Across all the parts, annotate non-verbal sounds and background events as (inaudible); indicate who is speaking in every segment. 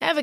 Speaker 1: Ever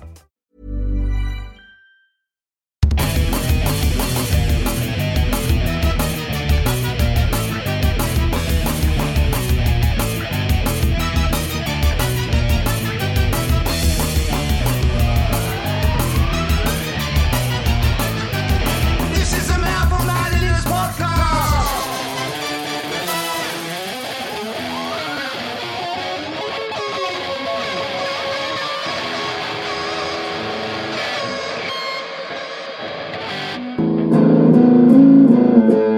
Speaker 2: This is a Mouthful Nightly News podcast.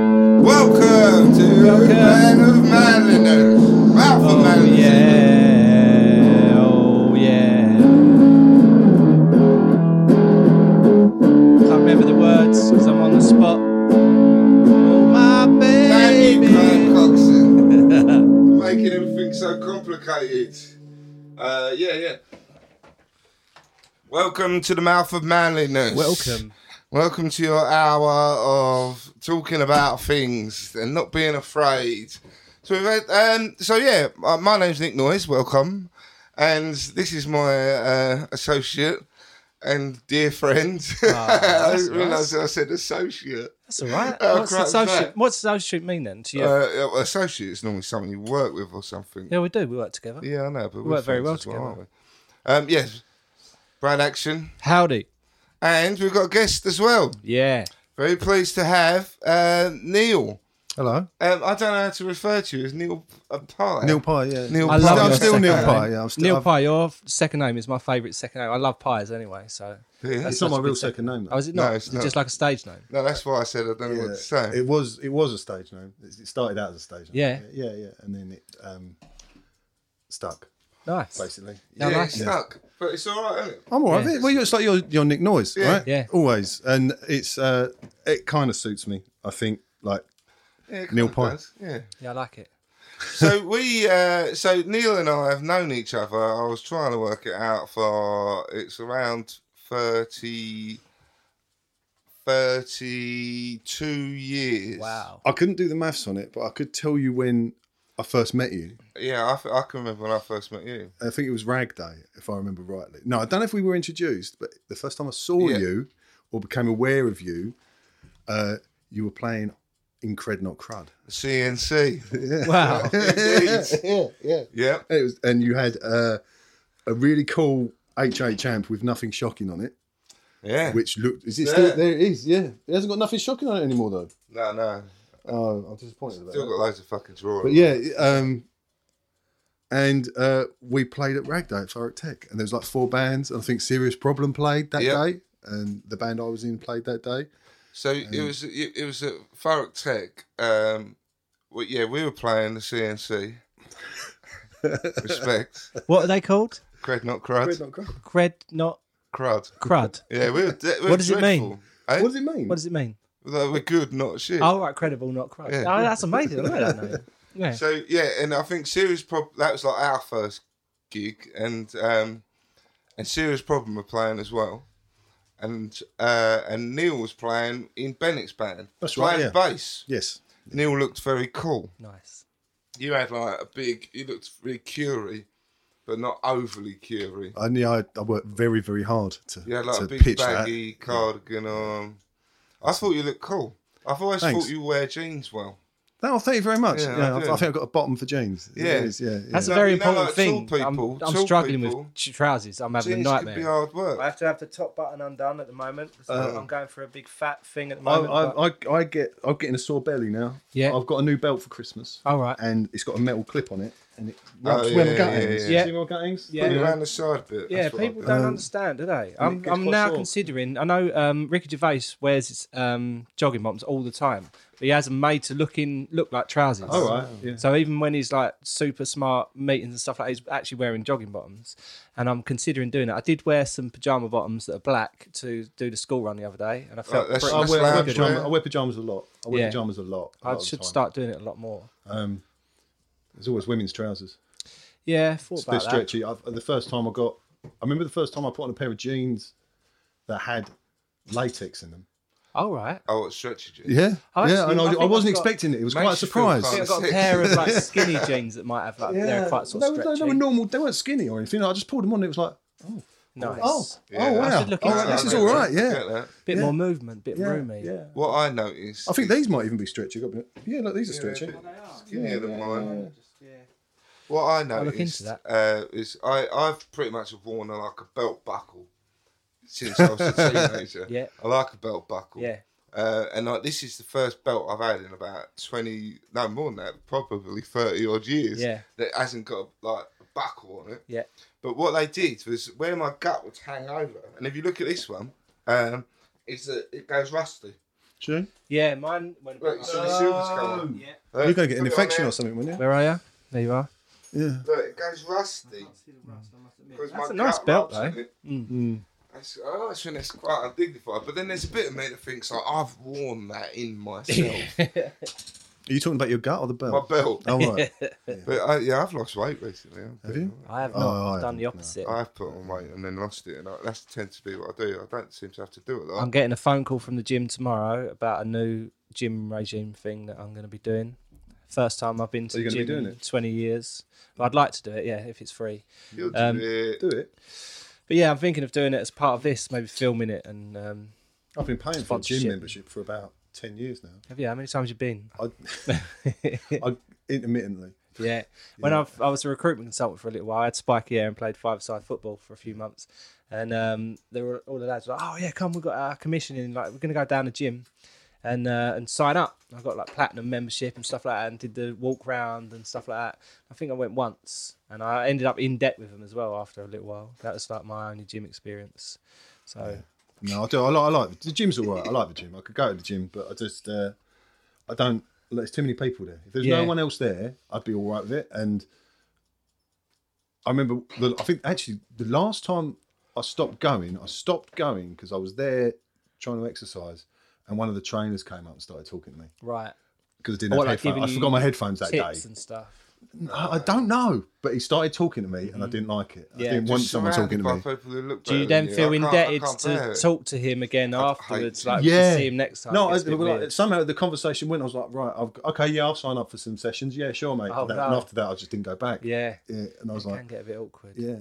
Speaker 2: Welcome to
Speaker 3: Welcome.
Speaker 2: Man of Manliness. Mouthful
Speaker 3: Oh
Speaker 2: Nightly News.
Speaker 3: yeah. Oh yeah. Can't remember the words because I'm on the spot. Oh my
Speaker 2: Thank you, Kurt
Speaker 3: baby.
Speaker 2: Coxon. Making everything so complicated. Uh, yeah, yeah. Welcome to the mouth of manliness.
Speaker 3: Welcome.
Speaker 2: Welcome to your hour of talking about things and not being afraid. So we've had, um, so yeah, uh, my name's Nick Noyes. Welcome, and this is my uh, associate and dear friend. (laughs) I
Speaker 3: Ah, that's
Speaker 2: didn't realise
Speaker 3: nice.
Speaker 2: that I said associate.
Speaker 3: That's all right.
Speaker 2: Oh,
Speaker 3: what's,
Speaker 2: crap,
Speaker 3: the social,
Speaker 2: fair.
Speaker 3: what's the social mean then to you?
Speaker 2: Uh, associate is normally someone you work with or something.
Speaker 3: yeah, we do. We work together.
Speaker 2: Yeah, I know, but we
Speaker 3: work very well
Speaker 2: aren't we? Um, yes, Brad Action,
Speaker 3: Howdy.
Speaker 2: and we've got a guest as well.
Speaker 3: Yeah.
Speaker 2: Very pleased to have uh, Neil.
Speaker 4: Hello.
Speaker 2: Um, I don't know how to refer to you as Neil uh, Pye.
Speaker 4: Neil Pye, yeah.
Speaker 2: Neil
Speaker 3: I love
Speaker 2: Pye.
Speaker 4: I'm
Speaker 3: your
Speaker 4: still
Speaker 3: second
Speaker 4: Neil
Speaker 3: name.
Speaker 4: Pye, yeah. I'm still,
Speaker 3: Neil
Speaker 4: I've-
Speaker 3: Pie, your f- second name is my favourite second name. I love pies anyway, so.
Speaker 2: Yeah.
Speaker 4: It's not my real second name.
Speaker 3: Oh,
Speaker 4: Though.
Speaker 3: is it not?
Speaker 2: No, it's
Speaker 3: Is it
Speaker 2: not.
Speaker 3: just like a stage name.
Speaker 2: No, that's why I said I don't know what to say.
Speaker 4: It was it was a stage name. It it started out as a stage name.
Speaker 3: Yeah.
Speaker 4: Yeah, yeah. And then it um, stuck,
Speaker 3: Nice.
Speaker 4: basically.
Speaker 3: Yeah,
Speaker 2: yeah,
Speaker 3: nice.
Speaker 2: it's stuck, but it's all right, isn't it?
Speaker 4: I'm all right.
Speaker 3: Yeah.
Speaker 4: with it. Well, it's like your your Nick Noise, right?
Speaker 3: Yeah.
Speaker 4: Always. And it's uh, it kind of suits me, I think. Like,
Speaker 2: Yeah, it
Speaker 4: Neil
Speaker 2: kinda
Speaker 4: Pye.
Speaker 2: does, Yeah.
Speaker 3: Yeah, I like it.
Speaker 2: so we, uh, so Neil and I have known each other. I was trying to work it out for it's around 30, 32 years.
Speaker 3: Wow.
Speaker 4: I couldn't do the maths on it, but I could tell you when I first met you.
Speaker 2: Yeah, I, th- I can remember when I first met you.
Speaker 4: I think it was Rag Day, if I remember rightly. No, I don't know if we were introduced, but the first time I saw
Speaker 2: Yeah.
Speaker 4: you or became aware of you, uh, you were playing Incred Not Crud.
Speaker 2: (laughs)
Speaker 3: (laughs)
Speaker 2: CNC.
Speaker 3: Wow.
Speaker 4: yeah, yeah.
Speaker 2: yep.
Speaker 4: It was, and you had uh, a really cool HH amp with nothing shocking on it,
Speaker 2: Yeah.
Speaker 4: which looked. Is it
Speaker 2: Yeah.
Speaker 4: still there? It is. Yeah, it hasn't got nothing shocking on it anymore though.
Speaker 2: No, no.
Speaker 4: Oh, I'm disappointed about
Speaker 2: Still
Speaker 4: that.
Speaker 2: got loads of fucking drawers.
Speaker 4: But yeah, um, and uh, we played at Ragday at Thoric Tech, and there was like four bands. And I think Serious Problem played that
Speaker 2: Yeah.
Speaker 4: day, and the band I was in played that day.
Speaker 2: So it
Speaker 4: Mm.
Speaker 2: was it, it was at Farrock Tech. Um, well, yeah, we were playing the
Speaker 4: (laughs)
Speaker 2: CNC. Respect,
Speaker 3: What are they called?
Speaker 2: cred not crud.
Speaker 4: Oh,
Speaker 3: Cred not
Speaker 2: crud.
Speaker 3: crud.
Speaker 2: Yeah, we were. De- we were
Speaker 3: What does it mean?
Speaker 2: dreadful, eh?
Speaker 4: What does it mean?
Speaker 3: What does it mean?
Speaker 2: Like, we're good, not shit.
Speaker 3: Oh, right, credible, not crud.
Speaker 2: Yeah.
Speaker 3: Oh, that's amazing. I don't know. Yeah.
Speaker 2: So yeah, and I think serious problem. That was like our first gig, and um, and serious problem were playing as well, and uh, and Neil was playing in Bennett's band.
Speaker 4: That's right,
Speaker 2: playing
Speaker 4: yeah.
Speaker 2: bass.
Speaker 4: yes.
Speaker 2: Neil looked very cool.
Speaker 3: (laughs) nice.
Speaker 2: You had like a big. You looked really curie, but not overly curie.
Speaker 4: I knew I, I worked very, very hard to,
Speaker 2: You had like
Speaker 4: to
Speaker 2: a big
Speaker 4: pitch
Speaker 2: baggy cardigan on. I thought you looked cool. I've always
Speaker 4: Thanks.
Speaker 2: thought you wear jeans well.
Speaker 4: that. No, thank you very much.
Speaker 2: Yeah,
Speaker 4: Yeah,
Speaker 2: I
Speaker 4: I, I
Speaker 2: do.
Speaker 4: think I've got a bottom for jeans. It
Speaker 2: Yeah.
Speaker 4: is, yeah, yeah.
Speaker 3: That's
Speaker 2: No,
Speaker 3: a very
Speaker 2: you know,
Speaker 3: important
Speaker 2: like,
Speaker 3: thing.
Speaker 2: tall
Speaker 3: I'm-
Speaker 2: people-
Speaker 3: I'm,
Speaker 2: tall
Speaker 3: struggling
Speaker 2: people-
Speaker 3: with tr- trousers. I'm having
Speaker 2: Jeans
Speaker 3: a
Speaker 2: could be
Speaker 3: nightmare.
Speaker 2: hard Uh, work.
Speaker 5: I have to have the top button undone at the moment. So I'm going for a big fat thing at the
Speaker 4: I,
Speaker 5: moment. but-
Speaker 4: I, I, I get I'm getting a sore belly now.
Speaker 3: Yeah.
Speaker 4: I've got a new belt for Christmas.
Speaker 3: All right.
Speaker 4: and it's got a metal clip on it, and it rubs
Speaker 2: Oh, yeah,
Speaker 4: where my
Speaker 2: yeah,
Speaker 4: gut
Speaker 2: yeah,
Speaker 4: ends.
Speaker 3: yeah.
Speaker 4: See where my gut ends?
Speaker 3: Yeah.
Speaker 2: Put it
Speaker 3: Yeah.
Speaker 2: around the side bit.
Speaker 3: Yeah,
Speaker 2: that's what I
Speaker 3: people
Speaker 2: do.
Speaker 3: don't understand, do they? I'm,
Speaker 4: gets
Speaker 3: I'm
Speaker 4: quite
Speaker 3: now
Speaker 4: sore.
Speaker 3: considering. I know um, Ricky Gervais wears his um, jogging bottoms all the time, but he has them made to look in look like trousers.
Speaker 4: All right. Yeah.
Speaker 3: So even when he's like super smart meetings and stuff like, that, he's actually wearing jogging bottoms, and I'm considering doing it. I did wear some pajama bottoms that are black to do the school run the other day,
Speaker 4: Oh,
Speaker 3: and I felt
Speaker 2: that's-
Speaker 3: pretty-
Speaker 4: I wear, I, wear
Speaker 2: lounge
Speaker 4: pajama,
Speaker 2: wear.
Speaker 4: I wear pajamas a lot. I wear
Speaker 3: Yeah.
Speaker 4: pajamas a lot. a lot
Speaker 3: I
Speaker 4: of the
Speaker 3: should
Speaker 4: time.
Speaker 3: start doing it a lot more.
Speaker 4: Um, there's always women's trousers.
Speaker 3: Yeah, I thought
Speaker 4: They're
Speaker 3: about that.
Speaker 4: stretchy. I've, the first time I got, I remember the first time I put on a pair of jeans that had latex in them.
Speaker 3: All right.
Speaker 2: Oh, it's stretchy jeans.
Speaker 4: Yeah,
Speaker 3: I
Speaker 4: yeah,
Speaker 3: actually-
Speaker 4: and I,
Speaker 3: I
Speaker 4: I
Speaker 3: think
Speaker 4: wasn't
Speaker 3: I've got-
Speaker 4: expecting it. It was
Speaker 2: Makes
Speaker 4: quite
Speaker 2: you
Speaker 4: a
Speaker 2: feel
Speaker 4: surprise.
Speaker 2: fun.
Speaker 3: I think I've got a pair of
Speaker 4: (laughs)
Speaker 3: like skinny jeans that might have like they're quite sort
Speaker 4: they,
Speaker 3: of
Speaker 4: were,
Speaker 3: stretchy.
Speaker 4: they were normal. They weren't skinny or anything. I just pulled them on. and It was like,
Speaker 3: nice.
Speaker 4: oh,
Speaker 2: Yeah,
Speaker 4: oh
Speaker 2: I
Speaker 4: wow,
Speaker 3: should look
Speaker 4: Oh,
Speaker 3: into
Speaker 4: this
Speaker 3: that
Speaker 4: is
Speaker 3: later.
Speaker 4: all right.
Speaker 2: Get
Speaker 4: Yeah,
Speaker 2: that.
Speaker 3: bit more movement, bit
Speaker 4: yeah,
Speaker 3: roomy.
Speaker 4: yeah.
Speaker 2: What I noticed.
Speaker 4: I think these might even be stretchy. got me- Yeah, look, these are stretchy.
Speaker 2: Yeah, the mine. What I
Speaker 3: look
Speaker 2: noticed
Speaker 3: into
Speaker 2: Uh, is I I've pretty much have worn uh, like a belt buckle since I was a
Speaker 3: (laughs)
Speaker 2: teenager.
Speaker 3: Yeah.
Speaker 2: I like a belt buckle.
Speaker 3: Yeah.
Speaker 2: Uh, and like this is the first belt I've had in about twenty, no more than that, probably thirty odd years.
Speaker 3: Yeah.
Speaker 2: That hasn't got like a buckle on it.
Speaker 3: Yeah.
Speaker 2: But what they did was where my gut would hang over, and if you look at this one, um, is that it goes rusty.
Speaker 4: Sure.
Speaker 3: Yeah, mine went
Speaker 2: Look, you see the silver's coming.
Speaker 3: Yeah.
Speaker 2: Look,
Speaker 4: You're gonna
Speaker 2: put
Speaker 4: get an
Speaker 2: it on
Speaker 4: infection
Speaker 2: there.
Speaker 4: or something, wouldn't
Speaker 3: Where are you? There you are.
Speaker 4: you?
Speaker 2: Look, it goes rusty. That's
Speaker 3: That's a nice belt, though. Mm.
Speaker 4: Mm.
Speaker 2: That's, I always think that's quite undignified, but then there's a bit of me that thinks like I've worn that in myself,
Speaker 4: (laughs) Are you talking about your gut or the
Speaker 2: my belt.
Speaker 4: belt? Oh
Speaker 3: (laughs)
Speaker 4: right.
Speaker 2: But I, yeah, I've lost weight recently.
Speaker 4: Have you?
Speaker 3: I have
Speaker 4: Oh,
Speaker 3: not
Speaker 4: I
Speaker 3: I've done the
Speaker 4: haven't, no.
Speaker 3: opposite.
Speaker 2: I've put on weight and then lost it, and I, that's tends to be what I do. I don't seem to have to do it.
Speaker 3: I'm
Speaker 2: Like.
Speaker 3: getting a phone call from the gym tomorrow about a new gym regime thing that I'm going to be doing. First time I've been to
Speaker 4: Are you
Speaker 3: the
Speaker 4: gonna be
Speaker 3: gym in
Speaker 4: doing it?
Speaker 3: 20 years. Well, I'd like to do it, yeah, if it's free.
Speaker 2: You'll do
Speaker 3: um,
Speaker 2: it.
Speaker 4: Do it.
Speaker 3: But yeah, I'm thinking of doing it as part of this, maybe filming it. And um,
Speaker 4: I've been paying for a gym
Speaker 3: Sponsorship.
Speaker 4: membership for about ten years now.
Speaker 3: have you? How many times you been? (laughs)
Speaker 4: I, I (laughs) intermittently.
Speaker 3: Yeah. When I've, I was a recruitment consultant for a little while, I had spiky hair and played five-side football for a few months. And um, there were all the lads were like, "Oh yeah, come, we've got our commissioning. Like, we're gonna go down the gym and uh, and sign up." I got like platinum membership and stuff like that, and did the walk round and stuff like that. I think I went once, and I ended up in debt with them as well after a little while. That was like my only gym experience. So
Speaker 4: No, I do. I like. I like the gym's all right. I like the gym. I could go to the gym, but I just uh, I don't. There's too many people there. If there's no
Speaker 3: Yeah.
Speaker 4: one else there, I'd be all right with it. And I remember. The, I think actually the last time I stopped going, I stopped going because I was there trying to exercise, and one of the trainers came up and started talking to me
Speaker 3: right,
Speaker 4: because I didn't have
Speaker 3: What, Oh, like,
Speaker 4: headphones.
Speaker 3: giving
Speaker 4: I
Speaker 3: you
Speaker 4: forgot my headphones that day.
Speaker 3: tips and stuff.
Speaker 4: I I don't know, but he started talking to me, and I didn't like it.
Speaker 3: Mm-hmm. Yeah.
Speaker 4: I didn't
Speaker 3: Just
Speaker 4: want someone talking to me.
Speaker 2: Surrounded by people who look
Speaker 3: Do you
Speaker 2: better
Speaker 3: then
Speaker 2: than I
Speaker 3: feel
Speaker 2: can't- I
Speaker 3: indebted
Speaker 2: can't bear
Speaker 3: to
Speaker 2: it.
Speaker 3: talk to him again
Speaker 2: hate
Speaker 3: afterwards?
Speaker 2: him.
Speaker 3: Like,
Speaker 4: yeah.
Speaker 3: to see him next time. It
Speaker 4: No, I,
Speaker 3: gets a bit
Speaker 4: well,
Speaker 3: weird.
Speaker 4: somehow the conversation went. I was like, right, I've, okay, yeah, I'll sign up for some sessions. Yeah, sure, mate.
Speaker 3: Oh,
Speaker 4: and, that-
Speaker 3: no.
Speaker 4: and after that, I just didn't go back.
Speaker 3: yeah.
Speaker 4: Yeah, and I was
Speaker 3: can
Speaker 4: like,
Speaker 3: get a bit awkward.
Speaker 4: yeah,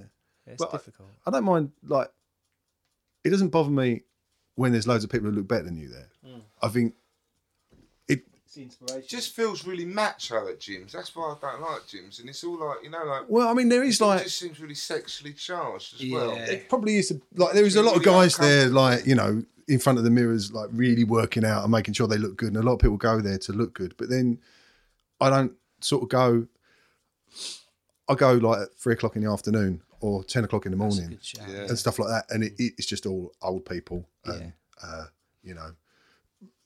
Speaker 3: it's
Speaker 4: Well, I-
Speaker 3: difficult.
Speaker 4: I don't mind. Like, it doesn't bother me when there's loads of people who look better than you there.
Speaker 3: Mm.
Speaker 4: I think it.
Speaker 3: It's inspiration.
Speaker 2: It just feels really macho at gyms. That's why I don't like gyms, and it's all like you know, like
Speaker 4: Well, I mean, there is like
Speaker 2: it just seems really sexually charged as well.
Speaker 3: Yeah.
Speaker 4: it probably is a, like there is a lot of guys there like you know in front of the mirrors like really working out and making sure they look good and a lot of people go there to look good but then i don't sort of go i go like at three o'clock in the afternoon or 10 o'clock in the morning
Speaker 3: Good shout.
Speaker 2: Yeah.
Speaker 4: and stuff like that and it, it's just all old people and uh, you know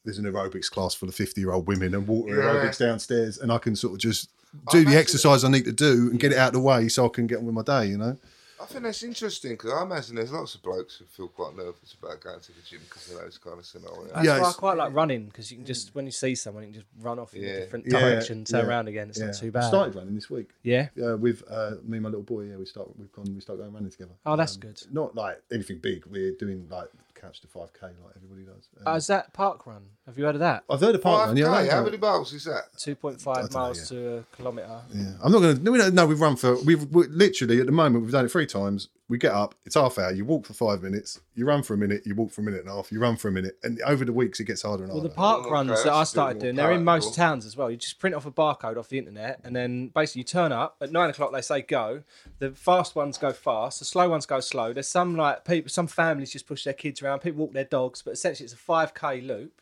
Speaker 4: there's an aerobics class full of 50 year old women and water
Speaker 2: Yeah.
Speaker 4: aerobics downstairs and i can sort of just
Speaker 2: I
Speaker 4: do the
Speaker 2: imagine-
Speaker 4: exercise i need to do and get it out of the way so i can get on with my day you know
Speaker 2: I think that's interesting because I imagine there's lots of blokes who feel quite nervous about going to the gym because of those kind of scenarios.
Speaker 3: That's
Speaker 4: Yeah,
Speaker 3: why I
Speaker 4: it's-
Speaker 3: quite like running because you can just when you see someone, you can just run off in
Speaker 2: Yeah.
Speaker 3: a different
Speaker 4: Yeah,
Speaker 3: direction, turn
Speaker 4: yeah,
Speaker 3: around again. It's
Speaker 4: yeah.
Speaker 3: not too
Speaker 4: I
Speaker 3: bad.
Speaker 4: started running this week
Speaker 3: Yeah.
Speaker 4: Yeah, with uh, me and
Speaker 3: Um,
Speaker 4: my little boy. Yeah, we start. We've gone. We start going running together.
Speaker 3: Oh, that's good.
Speaker 4: Not like anything big. We're doing like couch to 5K like everybody does. And
Speaker 3: Uh, is that park run? Have you heard of that?
Speaker 4: I've heard of park run. Yeah, I
Speaker 2: Five
Speaker 4: know
Speaker 2: K, how
Speaker 4: about
Speaker 2: many
Speaker 4: it.
Speaker 2: miles is that?
Speaker 3: Two point five
Speaker 4: know,
Speaker 3: miles to a kilometre.
Speaker 4: yeah. I'm not going to. No, we don't- no, we've run for. We've we, literally at the moment we've done it three times. We get up, it's half hour. You walk for five minutes. You run for a minute. You walk for a minute and a half. You run for a minute, and over the weeks it gets harder and
Speaker 3: Well,
Speaker 4: harder.
Speaker 3: the park
Speaker 2: Oh, okay,
Speaker 3: runs that
Speaker 2: that's
Speaker 3: I
Speaker 2: a bit
Speaker 3: started
Speaker 2: more
Speaker 3: doing, they're in most
Speaker 2: palatable.
Speaker 3: towns as well. You just print off a barcode off the internet, and then basically you turn up at nine o'clock. They say go. The fast ones go fast. The slow ones go slow. There's some like people, some families just push their kids around. People walk their dogs, but essentially it's a five k loop.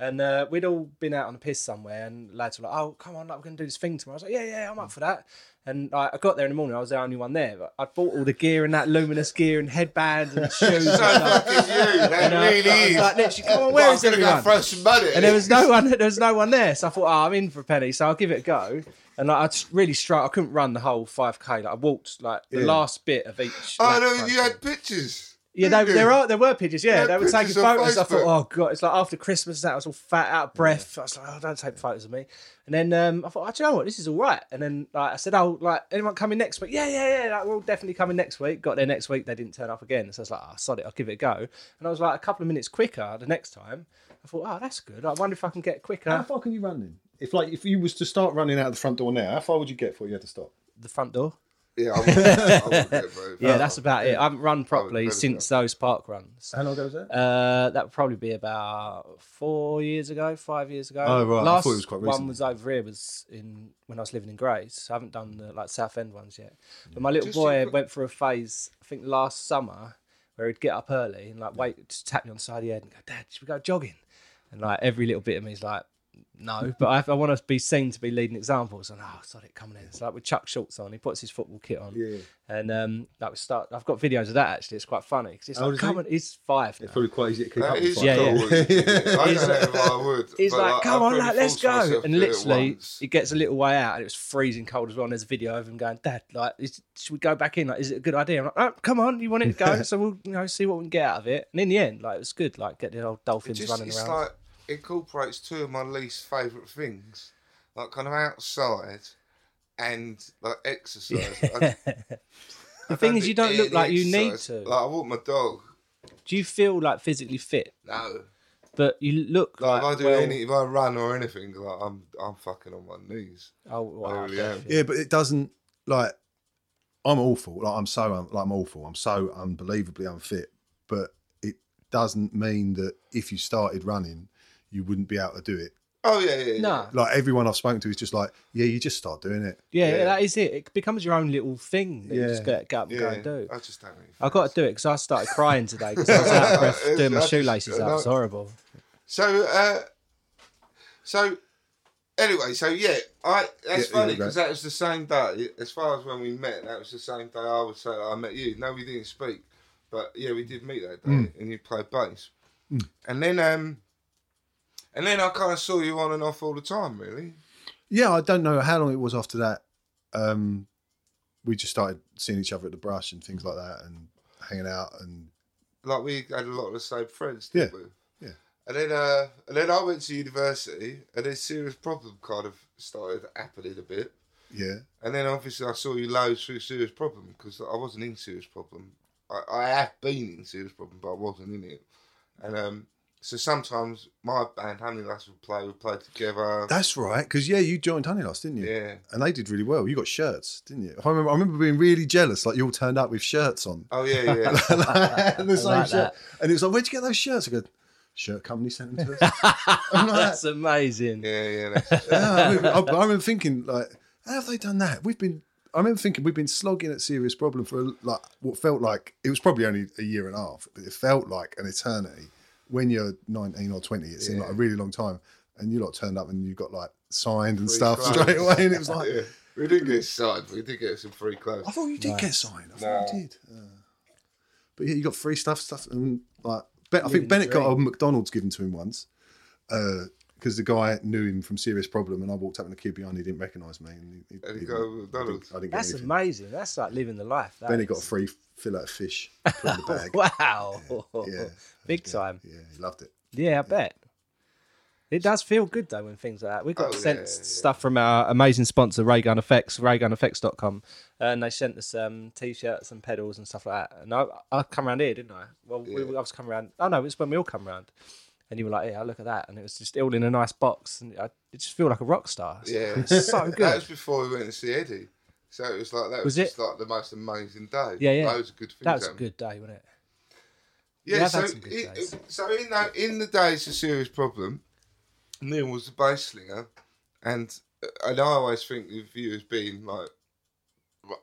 Speaker 3: And uh, we'd all been out on the piss somewhere, and lads were like, "Oh, come on, like, we're gonna do this thing tomorrow." I was like, "Yeah, yeah, I'm up for that." And like, I got there in the morning. I was the only one there. But I bought all the gear and that luminous gear and headbands
Speaker 2: (laughs)
Speaker 3: and shoes. and
Speaker 2: (laughs) So
Speaker 3: stuff.
Speaker 2: fucking you, that
Speaker 3: (laughs) And, uh,
Speaker 2: really
Speaker 3: I was
Speaker 2: is.
Speaker 3: like, literally, come on,
Speaker 2: But
Speaker 3: where
Speaker 2: I'm
Speaker 3: is
Speaker 2: gonna
Speaker 3: everyone?
Speaker 2: go throw some money.
Speaker 3: and there was no one. There was no one there, so I thought, oh, I'm in for a penny, so I'll give it a go. And like, I just really struggled. I couldn't run the whole five k. Like, I walked like the last bit of each.
Speaker 2: Oh
Speaker 3: lap
Speaker 2: no,
Speaker 3: kind
Speaker 2: you
Speaker 3: of
Speaker 2: had
Speaker 3: thing.
Speaker 2: pictures.
Speaker 3: yeah,
Speaker 2: didn't
Speaker 3: they,
Speaker 2: you?
Speaker 3: there are there were pictures. Yeah,
Speaker 2: had
Speaker 3: they were taking
Speaker 2: pictures on
Speaker 3: photos. I thought,
Speaker 2: Facebook.
Speaker 3: oh god, it's like after Christmas. That I was all fat, out of breath. I was like, oh, don't take photos of me. And then um, I thought, oh, do you know what? This is all right. And then like, I said, oh, like anyone coming next week? Yeah, yeah, yeah. Like, we're all definitely coming next week. Got there next week. They didn't turn up again. So I was like, oh, sod it. I'll give it a go. And I was like a couple of minutes quicker the next time. I thought, oh, that's good. I wonder if I can get quicker.
Speaker 4: How far can you run then? If like if you was to start running out of the front door now, how far would you get before you had to stop?
Speaker 3: the front door. (laughs)
Speaker 2: Yeah, I would, I would get very
Speaker 3: Yeah,
Speaker 2: far.
Speaker 3: that's about it. I haven't
Speaker 2: Oh,
Speaker 3: run properly
Speaker 2: incredible.
Speaker 3: since those park runs.
Speaker 4: How long ago was that?
Speaker 3: Uh, that would probably be about four years ago, five years ago.
Speaker 4: Oh, right. I
Speaker 3: Last
Speaker 4: thought it was quite
Speaker 3: one
Speaker 4: recently.
Speaker 3: was over here was in when I was living in Grays. I haven't done the like South End ones yet. But my little
Speaker 2: Just
Speaker 3: boy
Speaker 2: think-
Speaker 3: went through a phase. I think last summer where he'd get up early and like wait, just tap me on the side of the head and go, "Dad, should we go jogging?" And like every little bit of me is like,
Speaker 4: (laughs)
Speaker 3: no, but I, I want to be seen to be leading examples. And oh, sod it, coming in. It's like with Chuck Schultz on, he puts his football kit on.
Speaker 4: Yeah.
Speaker 3: And um, that was start. I've got videos of that actually. It's quite funny because it's
Speaker 4: How
Speaker 3: like,
Speaker 4: old Oh, is he?
Speaker 3: come on, he's five. Now.
Speaker 4: Probably quite easy to keep
Speaker 2: That
Speaker 4: up.
Speaker 2: is cool.
Speaker 4: with.
Speaker 3: Yeah, yeah.
Speaker 2: isn't it? I don't know if I would.
Speaker 3: (laughs) He's
Speaker 2: but,
Speaker 3: like, come
Speaker 2: I'd
Speaker 3: on,
Speaker 2: probably
Speaker 3: like, let's
Speaker 2: force
Speaker 3: go.
Speaker 2: myself
Speaker 3: And
Speaker 2: to do it
Speaker 3: literally,
Speaker 2: once.
Speaker 3: it gets a little way out and it was freezing cold as well. And there's a video of him going, Dad, like, is, should we go back in? Like, is it a good idea? I'm like, oh, come on, you want it to
Speaker 2: (laughs)
Speaker 3: go? so we'll, you know, see what we can get out of it. And in the end, like, it was good. Like, get the old
Speaker 2: It
Speaker 3: dolphins
Speaker 2: just,
Speaker 3: running
Speaker 2: it's
Speaker 3: around.
Speaker 2: like incorporates two of my least favourite things, like kind of outside and like
Speaker 3: (laughs)
Speaker 2: exercise. I,
Speaker 3: the thing is, you don't look like you need to.
Speaker 2: Like I walk my dog.
Speaker 3: Do you feel like physically fit?
Speaker 2: No,
Speaker 3: But you look
Speaker 2: like
Speaker 3: like,
Speaker 2: if I do
Speaker 3: well,
Speaker 2: any, if I run or anything, like I'm, I'm fucking on my knees.
Speaker 3: Oh, wow,
Speaker 2: I really am.
Speaker 4: Yeah, but it doesn't like I'm awful. Like I'm so un- like I'm awful. I'm so unbelievably unfit. But it doesn't mean that if you started running, you wouldn't be able to do it.
Speaker 2: Oh yeah, yeah. yeah.
Speaker 3: No,
Speaker 4: Like everyone I've spoken to is just like, yeah, you just start doing it.
Speaker 3: yeah,
Speaker 2: Yeah.
Speaker 3: that is it. It becomes your own little thing that you
Speaker 4: Yeah.
Speaker 3: just get, get up and
Speaker 2: yeah.
Speaker 3: go and do.
Speaker 2: I just don't. Really
Speaker 3: I've got to do it because I started crying today because
Speaker 2: (laughs)
Speaker 3: I was out of breath doing my
Speaker 2: It's-
Speaker 3: shoelaces up. It's
Speaker 2: no. (laughs)
Speaker 3: horrible.
Speaker 2: So, uh, so anyway, so yeah, I that's funny
Speaker 4: Yeah, yeah, right.
Speaker 2: because that was the same day. As far as when we met, that was the same day I would say I met you. No, we didn't speak, but yeah, we did meet that day, and you played bass. And then, um, and then I kind of saw you on and off all the time, really.
Speaker 4: Yeah, I don't know how long it was after that. Um, we just started seeing each other at the brush and things like that, and hanging out. And
Speaker 2: Like we had a lot of the same friends, didn't
Speaker 4: Yeah,
Speaker 2: we?
Speaker 4: yeah.
Speaker 2: And then, uh, and then I went to university, and then serious problem kind of started happening a bit.
Speaker 4: yeah,
Speaker 2: And then obviously I saw you loads through Serious Problem because I wasn't in Serious Problem. I, I have been in Serious Problem, but I wasn't in it. And um, so sometimes my band, Honey Lass, would play, would play together.
Speaker 4: that's right. Because yeah, you joined Honey Lost, didn't you?
Speaker 2: yeah.
Speaker 4: And they did really well. You got shirts, didn't you? I remember, I remember being really jealous. Like you all turned up with shirts on.
Speaker 2: Oh, yeah,
Speaker 4: (laughs)
Speaker 2: yeah.
Speaker 4: and the same
Speaker 3: like
Speaker 4: shirt. And it was like, where'd you get those shirts? I go, shirt company sent them
Speaker 3: (laughs)
Speaker 4: to us. I'm like,
Speaker 3: That's amazing.
Speaker 2: yeah, yeah. That's,
Speaker 4: "Ah," I, remember, I, I remember thinking, like, how have they done that? We've been, I remember thinking we've been slogging at Serious Problem for like what felt like it was probably only a year and a half, but it felt like an eternity. When you're 19 or 20, it seemed like a really long time. And you lot turned up and you got like signed and stuff
Speaker 2: clothes.
Speaker 4: straight away. And
Speaker 3: (laughs)
Speaker 4: it was like,
Speaker 2: yeah. We did get signed, we did get some free clothes.
Speaker 4: I thought you did get signed. I thought you did. Uh, but yeah, you got free stuff, stuff, and like ben, I think Bennett got a McDonald's given to him once because the guy knew him from Serious Problem, and I walked up in the queue behind, he didn't recognise me, and he, he,
Speaker 2: And he
Speaker 4: he
Speaker 2: got
Speaker 4: didn't-
Speaker 2: McDonald's.
Speaker 4: I didn't, I
Speaker 3: That's
Speaker 4: didn't get anything.
Speaker 3: amazing. That's like living the life. that
Speaker 4: Bennett got a
Speaker 3: is.
Speaker 4: free fillet of fish put in the bag.
Speaker 3: (laughs) Wow. (laughs)
Speaker 2: (laughs)
Speaker 4: yeah.
Speaker 3: Big time.
Speaker 4: Yeah, he loved it.
Speaker 3: Yeah, I bet. It does feel good though when things like that. We got
Speaker 2: Oh,
Speaker 3: sent
Speaker 2: yeah,
Speaker 3: stuff from our amazing sponsor Raygun Effects, rayguneffects.com, and they sent us um, t-shirts and pedals and stuff like that. And I, I come around here, didn't I? Well, we, I was coming around. Oh no, it was when we all come around, and you were like, "Yeah, look at that," and it was just all in a nice box, and I it just feel like a rock star.
Speaker 2: Yeah.
Speaker 3: it's (laughs) so
Speaker 2: (laughs) That
Speaker 3: good.
Speaker 2: was before we went to see Eddie. So it was like that
Speaker 3: Was
Speaker 2: was,
Speaker 3: it-
Speaker 2: just like the most amazing day.
Speaker 3: Yeah, yeah.
Speaker 2: Loads of good things.
Speaker 3: That was a
Speaker 2: happened.
Speaker 3: good day, wasn't it?
Speaker 2: Yeah,
Speaker 3: have
Speaker 2: so,
Speaker 3: had some good
Speaker 2: it-
Speaker 3: days.
Speaker 2: so in that in the days of serious problem, Neil was the bass slinger, and uh, and I always think of you as being like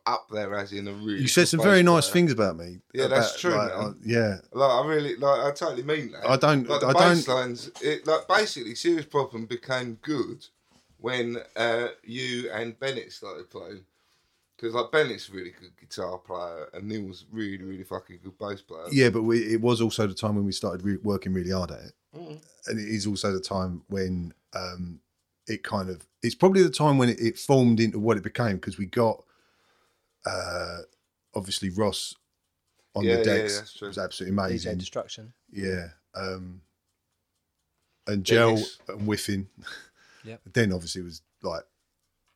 Speaker 2: up there as in a really.
Speaker 4: You said
Speaker 2: good
Speaker 4: some
Speaker 2: bass
Speaker 4: very nice
Speaker 2: player.
Speaker 4: things about me.
Speaker 2: uh, Yeah, that's
Speaker 4: About,
Speaker 2: true,
Speaker 4: like,
Speaker 2: man.
Speaker 4: I- yeah,
Speaker 2: Like I really like I totally mean that.
Speaker 4: I don't-
Speaker 2: Like, the
Speaker 4: I
Speaker 2: bass
Speaker 4: don't-
Speaker 2: Lines, it, like basically, serious problem became good when uh, you and Bennett started playing. Because like Bennett's a really good guitar player and Neil was really really fucking good bass player.
Speaker 4: yeah, but we, it was also the time when we started re- working really hard at it, and it is also the time when um, it kind of it's probably the time when it, it formed into what it became because we got uh, obviously Ross on
Speaker 2: Yeah, yeah,
Speaker 4: the decks
Speaker 2: that's true.
Speaker 4: was absolutely
Speaker 3: DJ
Speaker 4: amazing.
Speaker 3: Destruction.
Speaker 4: Yeah. Um, and gel
Speaker 2: Dennis.
Speaker 4: and (laughs) whiffing.
Speaker 3: Yep.
Speaker 4: Then obviously was like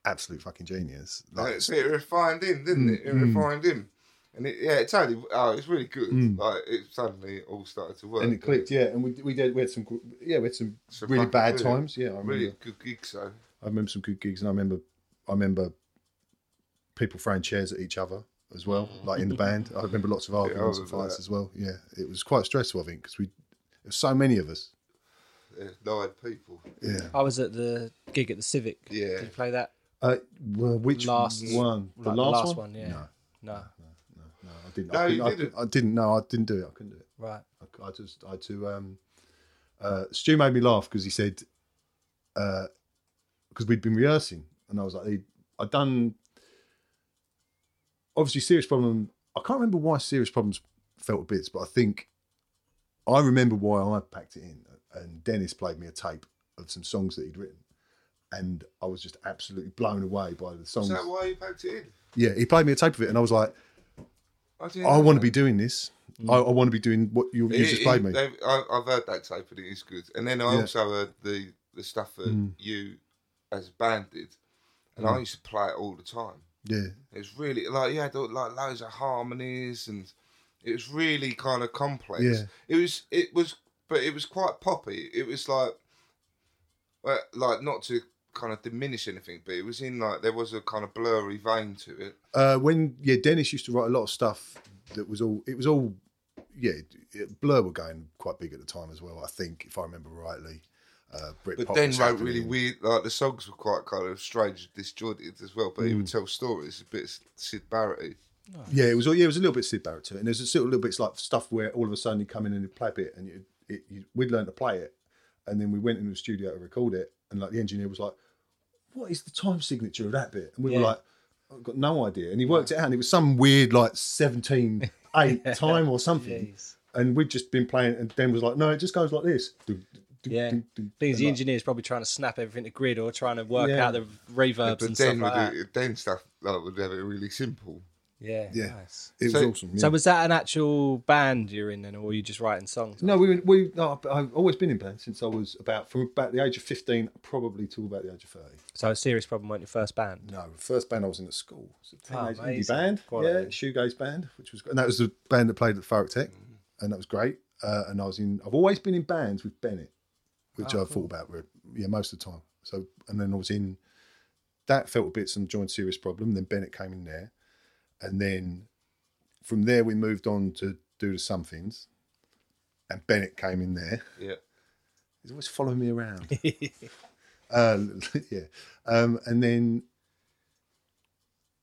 Speaker 4: absolute fucking genius.
Speaker 2: Like,
Speaker 4: Like,
Speaker 2: it's- it refined him, didn't
Speaker 4: Mm,
Speaker 2: it? It refined him, and it, yeah, it totally. Oh, it's really good. Like it suddenly all started to work.
Speaker 4: Mm. and it clicked, yeah. And we, we did we had some gr- yeah we had some
Speaker 2: So uh,
Speaker 4: really
Speaker 2: fucking
Speaker 4: bad
Speaker 2: brilliant.
Speaker 4: times. Yeah, I remember
Speaker 2: Really good gig, so
Speaker 4: I remember some good gigs, and I remember I remember people throwing chairs at each other as well, like in the band. I remember lots of arguments and
Speaker 2: I remember
Speaker 4: fights
Speaker 2: that.
Speaker 4: as well. Yeah, it was quite stressful, I think, because we there were so many of us.
Speaker 2: there's nine people.
Speaker 4: Yeah.
Speaker 3: I was at the gig at the Civic.
Speaker 2: Yeah.
Speaker 3: Did you play that?
Speaker 4: Uh, well, which
Speaker 3: Last-
Speaker 4: one? The
Speaker 3: Like,
Speaker 4: last,
Speaker 3: one?
Speaker 4: one?
Speaker 3: yeah.
Speaker 4: No.
Speaker 3: No.
Speaker 4: No, I didn't.
Speaker 2: No,
Speaker 4: I,
Speaker 2: you
Speaker 4: couldn't- I
Speaker 2: didn't.
Speaker 4: couldn't- I didn't. No, I didn't do it. I couldn't do it.
Speaker 3: Right.
Speaker 4: I c- I, just I had to. Um, uh, Stu made me laugh because he said, because we'd been rehearsing, and I was like, they- I'd done. Obviously, serious problem. I can't remember why serious problems felt bits, but I think I remember why I packed it in. And Dennis played me a tape of some songs that he'd written, and I was just absolutely blown away by the songs.
Speaker 2: Is that why you packed it in?
Speaker 4: yeah, he played me a tape of it, and I was like,
Speaker 2: I, didn't
Speaker 4: I
Speaker 2: know
Speaker 4: want
Speaker 2: that.
Speaker 4: to be doing this. I, I want to be doing what you, you
Speaker 2: It-
Speaker 4: just
Speaker 2: it-
Speaker 4: played me.
Speaker 2: they've- I, I've heard that tape and it is good. And then I
Speaker 4: Yeah. Mm.
Speaker 2: also heard the the stuff that you as a band did, and I used to play it all the time.
Speaker 4: Yeah.
Speaker 2: It's really like you had all- like loads of harmonies and it was really kind of complex.
Speaker 4: Yeah.
Speaker 2: It was it was but it was quite poppy. It was like well, like not to kind of diminish anything, but it was in like there was a kind of blurry vein to it.
Speaker 4: uh, when yeah, Dennis used to write a lot of stuff that was all it was all yeah. it- Blur were going quite big at the time as well, I think, if I remember rightly. Uh, Brit
Speaker 2: But then wrote really weird like the songs were quite kind of strange and disjointed as well, but he would tell stories a bit Sid Barrett.
Speaker 4: Yeah, it was all yeah, it was a little bit Sid Barrett to it, and there's a sort of little bits like stuff where all of a sudden you come in and you play a bit, and you, it, you, we'd learn to play it, and then we went into the studio to record it, and like the engineer was like, "What is the time signature of that bit?" And we were
Speaker 3: Yeah.
Speaker 4: like, "I've got no idea," and he worked it out, and it was some weird like
Speaker 3: (laughs)
Speaker 4: seventeen eight time or something.
Speaker 3: Jeez.
Speaker 4: and we'd just been playing, and Dan was like, "No, it just goes like this." Do, do, do,
Speaker 3: Yeah.
Speaker 4: do, do.
Speaker 3: Things the
Speaker 4: And
Speaker 3: engineer's probably trying to snap everything to grid or trying to work
Speaker 4: Yeah.
Speaker 3: out the reverbs
Speaker 2: But
Speaker 3: and stuff
Speaker 2: then
Speaker 3: like that.
Speaker 2: would it, then stuff like would have it really simple.
Speaker 3: Yeah.
Speaker 4: Yeah.
Speaker 3: Nice.
Speaker 4: like, it was
Speaker 2: So-
Speaker 4: awesome. Yeah.
Speaker 3: So was that an actual band you're in then, or were you just writing songs?
Speaker 4: no, we were- we no, I- I've always been in band since I was about from about the age of fifteen, probably till about the age of thirty.
Speaker 3: So a serious problem weren't your first band.
Speaker 4: No, the first band I was in at school was a
Speaker 3: Oh,
Speaker 4: teenage indie
Speaker 3: amazing.
Speaker 4: band,
Speaker 3: Quality.
Speaker 4: yeah, shoegaze band, which was great. and that was the band that played at Farrock Tech, and that was great. Uh, and I was in. I've always been in bands with Bennett, which
Speaker 3: Oh,
Speaker 4: I've thought about with- yeah most of the time. So and then I was in that felt bits and joined Serious Problem. Then Bennett came in there, and then from there we moved on to do the somethings, and Bennett came in there.
Speaker 2: Yeah.
Speaker 4: He's always following me around. uh, (laughs) yeah, um, and then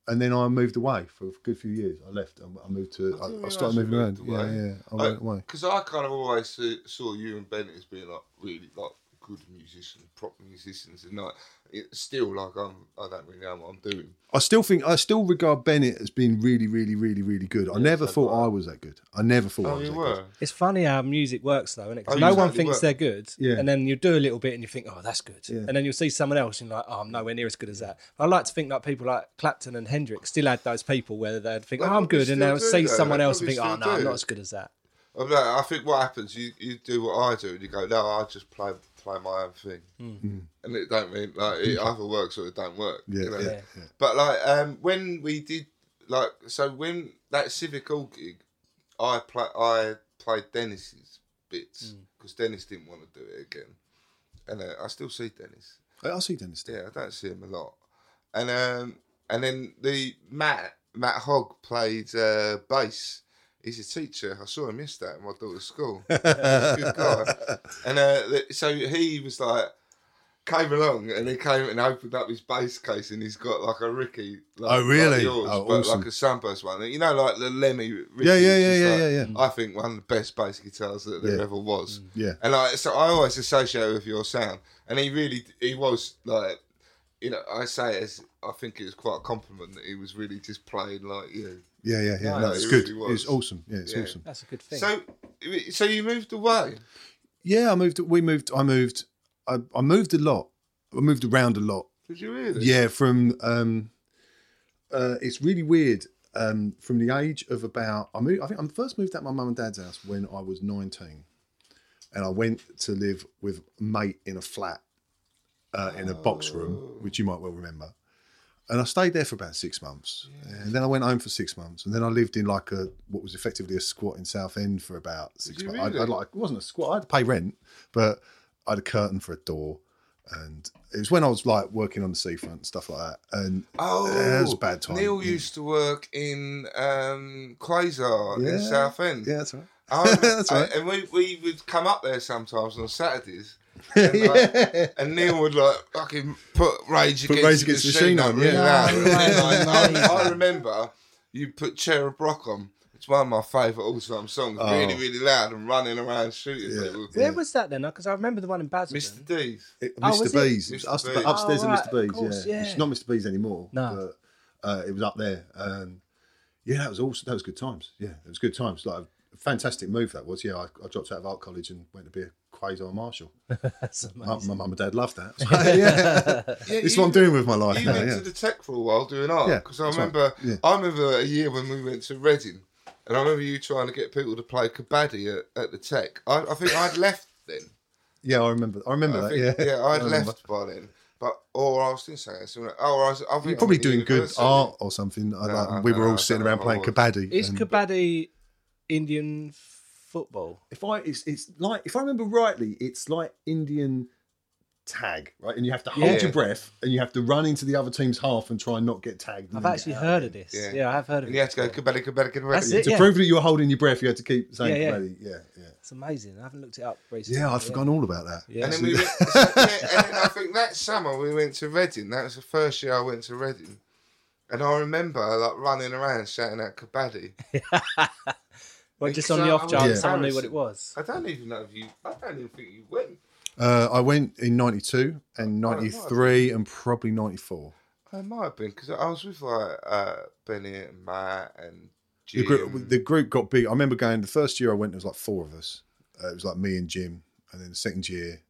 Speaker 4: and then I moved away for a good few years. I left. I, I moved to.
Speaker 2: I Oh, didn't
Speaker 4: I, I
Speaker 2: realise
Speaker 4: started
Speaker 2: you
Speaker 4: moving around.
Speaker 2: moved
Speaker 4: Yeah,
Speaker 2: away. Oh.
Speaker 4: yeah. I went away.
Speaker 2: Because I kind of always saw, saw you and Bennett as being like really like good musicians, proper musicians, and like it's still like I'm I don't really know what I'm doing.
Speaker 4: I still think I still regard Bennett as being really, really, really, really good. I never thought I was that good. I never thought I
Speaker 2: Oh,
Speaker 4: was
Speaker 2: you
Speaker 4: that
Speaker 2: were.
Speaker 4: good.
Speaker 3: It's funny how music works though, isn't it? 'Cause
Speaker 2: Oh,
Speaker 3: no one
Speaker 2: exactly,
Speaker 3: thinks
Speaker 2: work.
Speaker 3: they're good,
Speaker 4: Yeah.
Speaker 3: and then you do a little bit and you think, oh, that's good, and then you'll see someone else and you're like, oh, I'm nowhere near as good as that. I like to think like people like Clapton and Hendrix still had those people where they'd think,
Speaker 2: They
Speaker 3: oh, I'm
Speaker 2: probably
Speaker 3: good, and
Speaker 2: still
Speaker 3: they'll
Speaker 2: do,
Speaker 3: see
Speaker 2: though.
Speaker 3: someone
Speaker 2: They
Speaker 3: else and
Speaker 2: probably
Speaker 3: think, oh,
Speaker 2: still
Speaker 3: no, I'm
Speaker 2: do.
Speaker 3: not as good as that.
Speaker 2: I, mean, I think what happens, you, you do what I do, and you go, no, I just play play my own thing, and it don't mean like it either works or it don't work.
Speaker 4: Hmm. Yeah,
Speaker 2: you know?
Speaker 4: yeah,
Speaker 2: But like um, when we did like so when that civic hall gig, I play I played Dennis's bits because Dennis didn't want to do it again, and uh, I still see Dennis.
Speaker 4: I, I see Dennis.
Speaker 2: Yeah, I don't see him a lot. And um, and then the Matt Matt Hogg played uh, bass. He's a teacher. I saw him yesterday at my daughter's
Speaker 4: (laughs)
Speaker 2: school. Good guy. And uh, th- so he was like came along and he came and opened up his bass case and he's got like a Ricky. Like,
Speaker 4: Oh, really?
Speaker 2: Like yours,
Speaker 4: Oh,
Speaker 2: but
Speaker 4: awesome.
Speaker 2: like a sunburst one. You know, like the Lemmy. Ricky,
Speaker 4: Yeah, yeah, yeah,
Speaker 2: which is,
Speaker 4: yeah,
Speaker 2: like,
Speaker 4: yeah,
Speaker 2: I think one of the best bass guitars that there
Speaker 4: Yeah. Mm,
Speaker 2: ever was.
Speaker 4: Yeah.
Speaker 2: And like, so I always associate it with your sound, and he really, he was like, you know, I say it as I think it was quite a compliment that he was really just playing like you.
Speaker 4: Yeah, yeah, yeah. No,
Speaker 2: Nice.
Speaker 4: it's
Speaker 2: It
Speaker 4: good.
Speaker 2: really was.
Speaker 4: It's awesome. Yeah, it's
Speaker 2: Yeah.
Speaker 4: awesome.
Speaker 3: That's a good thing.
Speaker 2: So, so you moved away.
Speaker 4: Yeah, I moved. We moved. I moved. I, I moved a lot. I moved around a lot.
Speaker 2: Did you really?
Speaker 4: Yeah, from um, uh, it's really weird. Um, from the age of about, I moved. I think I first moved out my mum and dad's house when I was nineteen, and I went to live with a mate in a flat, uh, in a box room, which you might well remember. And I stayed there for about six months, and then I went home for six months, and then I lived in like a what was effectively a squat in Southend for about six
Speaker 2: you
Speaker 4: months. I'd,
Speaker 2: really?
Speaker 4: I'd like it wasn't a squat; I had to pay rent, but I had a curtain for a door, and it was when I was like working on the seafront and stuff like that. And
Speaker 2: Oh,
Speaker 4: Yeah, it was a bad time. Mm.
Speaker 2: Neil
Speaker 4: Yeah.
Speaker 2: used to work in um, Quasar in
Speaker 4: Yeah.
Speaker 2: Southend.
Speaker 4: yeah, that's right.
Speaker 2: I
Speaker 4: (laughs)
Speaker 2: remember-
Speaker 4: That's right.
Speaker 2: I- and we, we would come up there sometimes on
Speaker 4: (laughs)
Speaker 2: Saturdays. And, like, and Neil would like fucking put Rage
Speaker 4: Put
Speaker 2: Against,
Speaker 4: Rage
Speaker 2: the
Speaker 4: Against the
Speaker 2: Machine,
Speaker 4: Machine
Speaker 2: on.
Speaker 4: on,
Speaker 2: really
Speaker 4: (laughs) yeah.
Speaker 2: loud.
Speaker 3: No, right,
Speaker 2: And, like,
Speaker 3: right.
Speaker 2: (laughs) I remember you put Cherub Rock on. It's one of my favourite all-time songs. Really, really loud and running around shooting
Speaker 4: Oh. Yeah.
Speaker 2: people.
Speaker 3: Where was that then? Because I remember the one in Basildon.
Speaker 2: Mr. D's.
Speaker 4: It-
Speaker 3: Oh,
Speaker 4: Mr.
Speaker 3: was it?
Speaker 4: B's. It was
Speaker 2: Mr.
Speaker 4: us-
Speaker 2: B's.
Speaker 4: upstairs
Speaker 3: Oh,
Speaker 4: of
Speaker 3: right,
Speaker 4: Mr.
Speaker 3: of
Speaker 4: B's.
Speaker 3: course,
Speaker 4: yeah.
Speaker 3: yeah.
Speaker 4: It's not Mr. B's anymore.
Speaker 3: No.
Speaker 4: But uh, it was up there. Um, yeah, that was awesome. That was good times. Yeah, it was good times. Like a fantastic move that was. Yeah, I, I dropped out of art college and went to be a quasar marshal.
Speaker 3: (laughs) That's amazing.
Speaker 4: My, my mum and dad
Speaker 3: (laughs)
Speaker 4: loved that. (laughs) yeah.
Speaker 2: Yeah,
Speaker 4: It's
Speaker 2: you-
Speaker 4: what I'm doing with my life
Speaker 2: You
Speaker 4: now.
Speaker 2: went
Speaker 4: Yeah.
Speaker 2: to the tech for a while doing art
Speaker 4: Yeah,
Speaker 2: because I
Speaker 4: that's right.
Speaker 2: remember
Speaker 4: Yeah.
Speaker 2: I remember a year when we went to Reading, and I remember you trying to get people to play kabaddi at, at the tech. I, I think I'd left then.
Speaker 4: yeah, I remember. I remember
Speaker 2: I
Speaker 4: that.
Speaker 2: think,
Speaker 4: yeah, um,
Speaker 2: yeah, I'd
Speaker 4: I remember.
Speaker 2: left by then. But or I was doing something. else. Oh, I was. I think
Speaker 4: You're
Speaker 2: I'm
Speaker 4: probably
Speaker 2: at
Speaker 4: doing good
Speaker 2: university.
Speaker 4: art or something. I-
Speaker 2: No,
Speaker 4: like,
Speaker 2: I-
Speaker 4: we were
Speaker 2: no, I
Speaker 4: all sitting
Speaker 2: don't
Speaker 4: around
Speaker 2: know
Speaker 4: playing
Speaker 2: what
Speaker 4: kabaddi.
Speaker 3: Is
Speaker 4: and-
Speaker 3: kabaddi Indian football?
Speaker 4: if I it's it's like if I remember rightly, it's like Indian tag, right? And you have to hold
Speaker 2: Yeah.
Speaker 4: your breath and you have to run into the other team's half and try and not get tagged. and
Speaker 3: I've
Speaker 4: then
Speaker 3: actually
Speaker 4: get out.
Speaker 3: heard of this.
Speaker 2: Mm. Yeah.
Speaker 3: Yeah, I have heard of
Speaker 2: And
Speaker 3: it.
Speaker 2: you had to go
Speaker 3: before.
Speaker 2: kabaddi, kabaddi, kabaddi.
Speaker 3: That's it.
Speaker 4: To
Speaker 3: yeah.
Speaker 4: prove that you were holding your breath, you had to keep saying
Speaker 3: Yeah, yeah.
Speaker 4: bloody- yeah, yeah.
Speaker 3: It's amazing. I haven't looked it up recently.
Speaker 4: Yeah, I'd forgotten all about that.
Speaker 3: Yeah.
Speaker 2: And then we went, so, yeah, and then I think that summer we went to Reading. That was the first year I went to Reading. And I remember like running around shouting out kabaddi.
Speaker 3: Well, just on the
Speaker 2: Yeah.
Speaker 3: off chance,
Speaker 4: Yeah.
Speaker 3: someone knew what it was.
Speaker 2: I don't even know if you. I don't even think you went.
Speaker 4: Uh, I went in ninety two and
Speaker 3: Oh,
Speaker 4: ninety three and probably ninety four.
Speaker 2: I might have been because I was with like uh, Benny and Matt and
Speaker 4: The
Speaker 2: Jim.
Speaker 4: group, the group got big. I remember going the first year I went. There was like four of us. Uh, it was like me and Jim, and then the second year,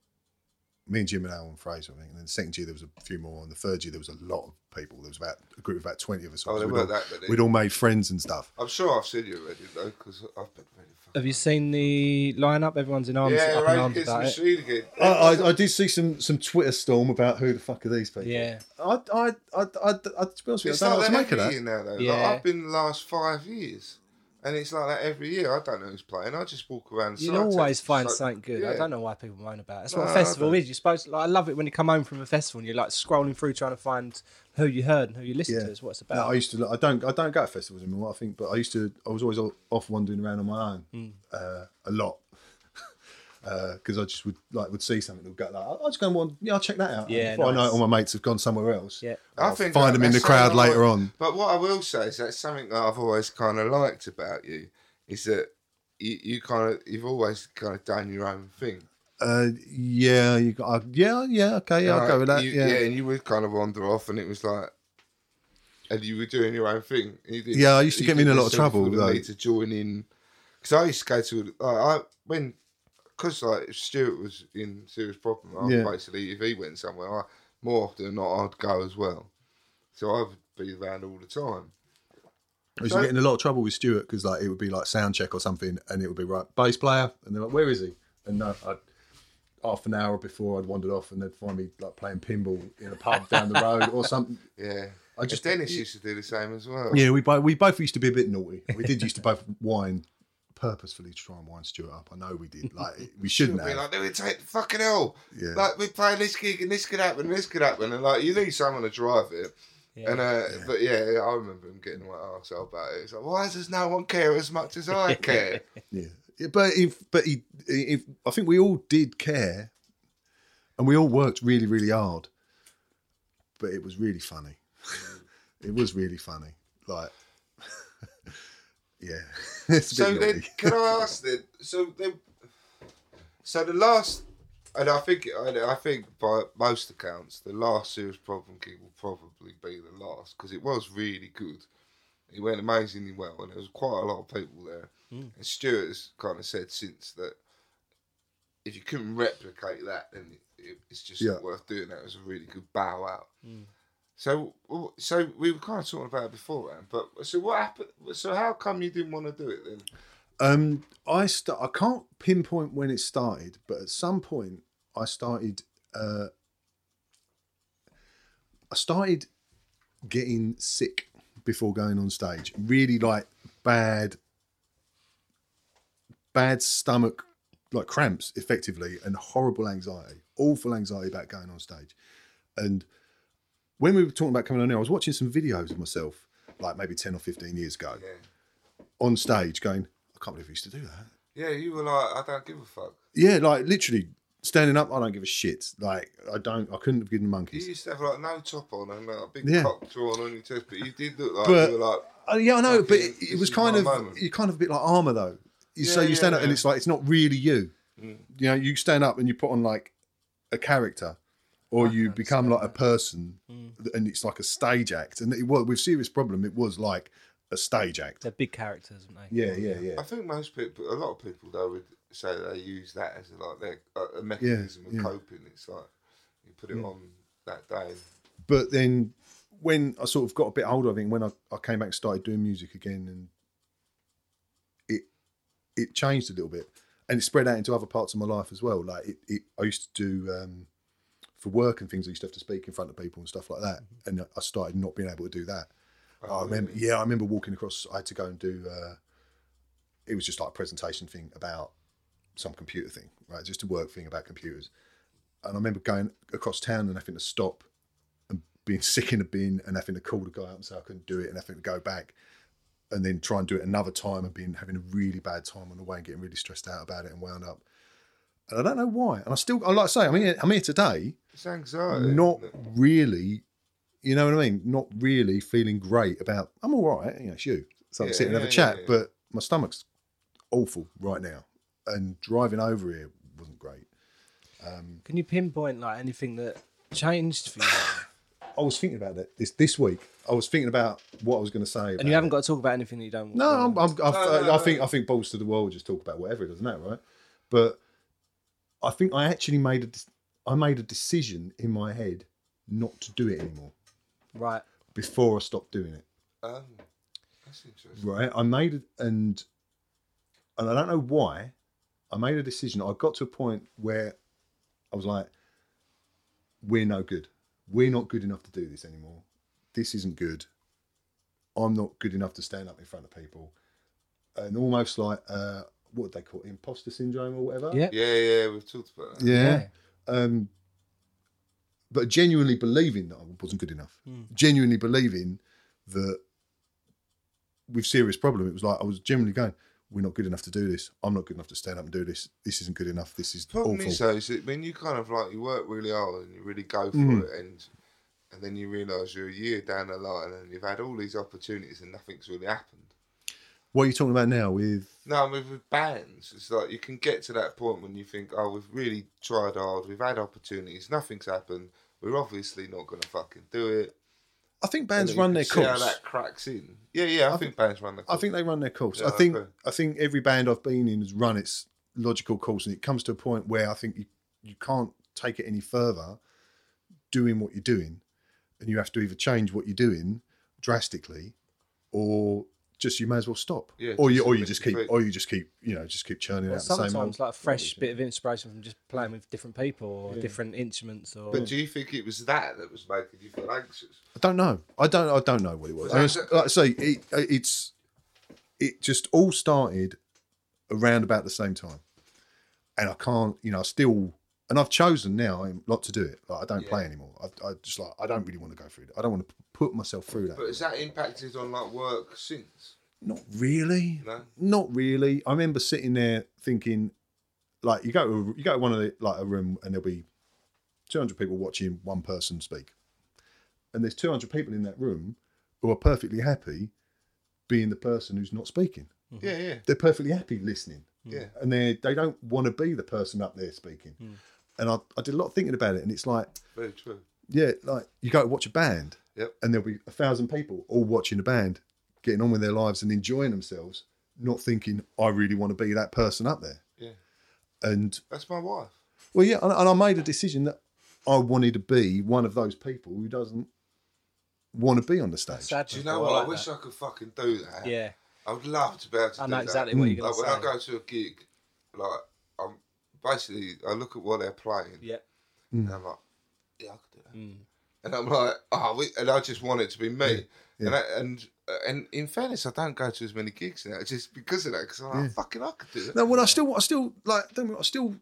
Speaker 4: me and Jim and Alan Fraser, I think. And then the second year there was a few more, and the third year there was a lot of people. There was about a group of about twenty of us.
Speaker 2: Oh, there
Speaker 4: we'd,
Speaker 2: weren't
Speaker 4: all,
Speaker 2: that many.
Speaker 4: we'd all made friends and stuff.
Speaker 2: I'm sure I've seen you already though because I've been really. fucking-
Speaker 3: Have you seen the lineup? Everyone's in arms,
Speaker 2: Yeah,
Speaker 3: up in
Speaker 2: right.
Speaker 3: arms
Speaker 2: It's
Speaker 3: about it.
Speaker 2: machine again.
Speaker 4: I, I, I did see some some Twitter storm about who the fuck are these people.
Speaker 3: Yeah.
Speaker 4: I I I, I, I to be honest with you, I
Speaker 2: It's
Speaker 4: don't
Speaker 2: like
Speaker 4: know what
Speaker 2: that
Speaker 4: to make
Speaker 2: every
Speaker 4: of that.
Speaker 2: year now, though. Like,
Speaker 3: Yeah.
Speaker 2: I've been the last five years, and it's like that every year. I don't know who's playing. I just walk around.
Speaker 3: You'll
Speaker 2: Cytec,
Speaker 3: always find
Speaker 2: so-
Speaker 3: something good.
Speaker 2: yeah.
Speaker 3: I don't know why people moan about it. That's
Speaker 2: No,
Speaker 3: what
Speaker 2: I
Speaker 3: a festival
Speaker 2: don't.
Speaker 3: is. You're supposed to, like, I love it when you come home from a festival and you're like scrolling through trying to find who you heard and who you listened
Speaker 4: Yeah.
Speaker 3: to is what it's
Speaker 4: No,
Speaker 3: about.
Speaker 4: Uh, I used to. I don't. I don't go to festivals anymore. I think, but I used to. I was always o- off wandering around on my own
Speaker 3: Hmm.
Speaker 4: uh, a lot (laughs) because I just would like would see something that would go like, I'll just go and want. Yeah, I'll check that out. And
Speaker 3: Yeah,
Speaker 4: before I know
Speaker 3: nice.
Speaker 4: it, all my mates have gone somewhere else.
Speaker 3: yeah.
Speaker 2: I think
Speaker 4: find
Speaker 2: that-
Speaker 4: them in
Speaker 2: that's
Speaker 4: the crowd
Speaker 2: something I
Speaker 4: later
Speaker 2: like.
Speaker 4: on.
Speaker 2: But what I will say is that's something that I've always kind of liked about you is that you, you kind of you've always kind of done your own thing.
Speaker 4: Uh, yeah, you got. I, yeah, yeah. Okay, yeah, I'll
Speaker 2: Like,
Speaker 4: go with that.
Speaker 2: you-
Speaker 4: yeah. yeah.
Speaker 2: and you would kind of wander off, and it was like, and you were doing your own thing. You didn't-
Speaker 4: Yeah, I used to
Speaker 2: you
Speaker 4: get me in a
Speaker 2: didn't
Speaker 4: lot of
Speaker 2: necessarily
Speaker 4: trouble,
Speaker 2: feel the
Speaker 4: though.
Speaker 2: need to join in because I used to go to like, I when because like if Stuart was in serious problem, I
Speaker 4: Yeah.
Speaker 2: basically if he went somewhere, I more often than not I'd go as well. So I would be around all the time.
Speaker 4: I used to get in a lot of trouble with Stuart because like it would be like sound check or something, and it would be right bass player, and they're like, "Where is he?" And no, I uh, half an hour before I'd wandered off, and they'd find me like playing pinball in a pub down the road or something.
Speaker 2: Yeah.
Speaker 4: I
Speaker 2: Just
Speaker 4: just
Speaker 2: Dennis used to do the same as well.
Speaker 4: (laughs) Yeah, we both we both used to be a bit naughty. We did used to both whine purposefully to try and wind Stuart up. I know we did. Like we shouldn't
Speaker 2: Be
Speaker 4: have.
Speaker 2: like, no, we take the fucking hell.
Speaker 4: Yeah.
Speaker 2: Like we're playing this gig and this could happen, and this could happen, and like you need someone to drive it. And uh, but yeah, I remember him getting my arsehole about it. It's like, why does no one care as much as I care?
Speaker 4: Yeah, Yeah, but if but he, if I think we all did care, and we all worked really really hard, but it was really funny. (laughs) it was really funny. Like, (laughs) yeah, (laughs) it's a
Speaker 2: so
Speaker 4: bit
Speaker 2: then,
Speaker 4: naughty.
Speaker 2: can I ask then? So then, so the last, and I think I I think by most accounts, the last serious problem gig will probably be the last because it was really good. It went amazingly well, and there was quite a lot of people there. And Stuart's kind of said since that if you couldn't replicate that, then it, it, it's just
Speaker 4: Yeah.
Speaker 2: not worth doing. That it was a really good bow out. So, w- so we were kind of talking about it before, Aaron, but so what happened? So how come you didn't want to do it then?
Speaker 4: Um, I st- I can't pinpoint when it started, but at some point I started. Uh, I started getting sick before going on stage. Really like bad, bad stomach, like cramps, effectively, and horrible anxiety, awful anxiety about going on stage. And when we were talking about coming on here, I was watching some videos of myself, like maybe ten or fifteen years ago, on stage, going, I can't believe I used to do that.
Speaker 2: Yeah, you were like, I don't give a fuck.
Speaker 4: Yeah, like literally standing up, I don't give a shit. Like I don't, I couldn't have given
Speaker 2: You
Speaker 4: monkeys.
Speaker 2: used to have like no top on and like, a big
Speaker 4: Yeah.
Speaker 2: cock drawn on your chest, but you did look like
Speaker 4: But-
Speaker 2: you were like,
Speaker 4: Oh, yeah, I know,
Speaker 2: Okay,
Speaker 4: but it,
Speaker 2: this
Speaker 4: it was
Speaker 2: is
Speaker 4: kind
Speaker 2: my
Speaker 4: of
Speaker 2: moment.
Speaker 4: you're kind of a bit like armor though. You, so
Speaker 2: Yeah,
Speaker 4: you stand
Speaker 2: yeah, Mm.
Speaker 4: up and
Speaker 2: yeah.
Speaker 4: it's like it's not really you. You know, you stand up and you put on like a character, or you become like a person,
Speaker 2: Mm.
Speaker 4: and it's like a stage act. And it was with serious problem, it was like a stage act.
Speaker 3: They're big characters, aren't they?
Speaker 4: Yeah, yeah, yeah.
Speaker 2: I think most people, a lot of people though, would say they use that as like their uh, a, a mechanism of
Speaker 4: yeah.
Speaker 2: coping. It's like you put it on that day.
Speaker 4: but then when I sort of got a bit older, I think when I, I came back and started doing music again, and it it changed a little bit, and it spread out into other parts of my life as well. Like it, it I used to do um, for work and things. I used to have to speak in front of people and stuff like that, and I started not being able to do that. I remember, yeah, I remember walking across. I had to go and do. Uh, it was just like a presentation thing about some computer thing, right? Just a work thing about computers. And I remember going across town and having to stop and being sick in a bin and having to call the guy up and say I couldn't do it and having to go back and then try and do it another time and being having a really bad time on the way and getting really stressed out about it and wound up. And I don't know why. And I still, I like I say, I'm here, I'm here today,
Speaker 2: It's anxiety.
Speaker 4: not
Speaker 2: isn't it?
Speaker 4: really, you know what I mean? Not really feeling great about, I'm all right, you know, it's you. So I can
Speaker 2: Yeah,
Speaker 4: sit and have
Speaker 2: yeah,
Speaker 4: a chat,
Speaker 2: yeah, yeah.
Speaker 4: but my stomach's awful right now. And driving over here wasn't great.
Speaker 3: Can you pinpoint like anything that changed for you?
Speaker 4: I was thinking about it this this week. I was thinking about what I was going to say. about
Speaker 3: and you haven't
Speaker 4: it.
Speaker 3: got to talk about anything that you don't.
Speaker 4: No, I'm, I'm,
Speaker 2: No,
Speaker 4: i
Speaker 2: no, no.
Speaker 4: I think I think balls to the world just talk about whatever, doesn't that right? But I think I actually made a de- I made a decision in my head not to do it anymore
Speaker 3: right.
Speaker 4: before I stopped doing it.
Speaker 2: Um, that's interesting.
Speaker 4: Right, I made it, and and I don't know why I made a decision. I got to a point where I was like, "We're no good. We're not good enough to do this anymore. This isn't good. I'm not good enough to stand up in front of people." And almost like uh, what do they call it? imposter syndrome or whatever.
Speaker 3: Yeah.
Speaker 2: Yeah, yeah, we've talked about that.
Speaker 4: Yeah. Um, but genuinely believing that I wasn't good enough. Genuinely believing that with serious problem, it was like I was genuinely going, "We're not good enough to do this. I'm not good enough to stand up and do this. This isn't good enough. This is
Speaker 2: problem
Speaker 4: awful."
Speaker 2: is though is that when you kind of like you work really hard and you really go for
Speaker 4: Mm.
Speaker 2: it and and then you realise you're a year down the line and you've had all these opportunities and nothing's really happened.
Speaker 4: what are you talking about now? With
Speaker 2: No, I mean with bands, it's like you can get to that point when you think, Oh, we've really tried hard, we've had opportunities, nothing's happened, we're obviously not gonna fucking do it.
Speaker 4: I think
Speaker 2: And
Speaker 4: bands
Speaker 2: then you
Speaker 4: run
Speaker 2: can
Speaker 4: their
Speaker 2: see how
Speaker 4: course.
Speaker 2: that cracks in. Yeah, yeah, I, think bands run their
Speaker 4: I
Speaker 2: course.
Speaker 4: think they run their course.
Speaker 2: Yeah,
Speaker 4: I think
Speaker 2: okay.
Speaker 4: I think every band I've been in has run its logical course, and it comes to a point where I think you you can't take it any further doing what you're doing, and you have to either change what you're doing drastically, or just you may as well stop,
Speaker 2: Yeah,
Speaker 4: or you
Speaker 2: just
Speaker 4: or you
Speaker 2: mix
Speaker 4: just
Speaker 2: it
Speaker 4: keep
Speaker 2: through.
Speaker 4: or you just keep you know just keep churning out the same old.
Speaker 3: Sometimes like a fresh bit of inspiration from just playing with different people or different instruments or
Speaker 2: But do you think it was that that was making you feel anxious?
Speaker 4: I don't know. I don't. I don't know what it was. I
Speaker 2: that-
Speaker 4: was like I say, it, it's it just all started around about the same time, and I can't. You know, I still and I've chosen now I'm not to do it. Like I don't play anymore. I, I just like I don't really want to go through it. I don't want to put myself through that.
Speaker 2: But has that impacted on like work since?
Speaker 4: Not really.
Speaker 2: No?
Speaker 4: Not really. I remember sitting there thinking, like you go to you go to one of the like a room and there'll be two hundred people watching one person speak, and there's two hundred people in that room who are perfectly happy being the person who's not speaking.
Speaker 2: Yeah, yeah.
Speaker 4: They're perfectly happy listening.
Speaker 2: Yeah.
Speaker 4: and they they don't want to be the person up there speaking. And I, I did a lot of thinking about it, and it's like
Speaker 2: Very true.
Speaker 4: yeah, like you go to watch a band,
Speaker 2: Yep.
Speaker 4: and there'll be a thousand people all watching a band, getting on with their lives and enjoying themselves, not thinking I really want to be that person up there.
Speaker 2: Yeah.
Speaker 4: And
Speaker 2: That's my wife.
Speaker 4: well, yeah, and, and I made a decision that I wanted to be one of those people who doesn't want to be on the stage.
Speaker 3: Sadness,
Speaker 2: Do you know
Speaker 3: I
Speaker 2: what?
Speaker 3: like
Speaker 2: I wish
Speaker 3: that.
Speaker 2: I could fucking do that.
Speaker 3: Yeah,
Speaker 2: I would love to be able to
Speaker 3: I
Speaker 2: do
Speaker 3: know
Speaker 2: that.
Speaker 3: exactly what you're
Speaker 2: Like when
Speaker 3: gonna
Speaker 2: I
Speaker 3: say.
Speaker 2: go to a gig, like I'm basically I look at what they're playing
Speaker 3: Yeah,
Speaker 2: and I'm like, yeah, I could do that.
Speaker 3: Mm.
Speaker 2: And I'm like, oh, we, and I just want it to be me. And I, and uh, and in fairness, I don't go to as many gigs now just because of that. Because I'm like, fucking, I could do that.
Speaker 4: No, well, I still, I still like, don't get me wrong, I still,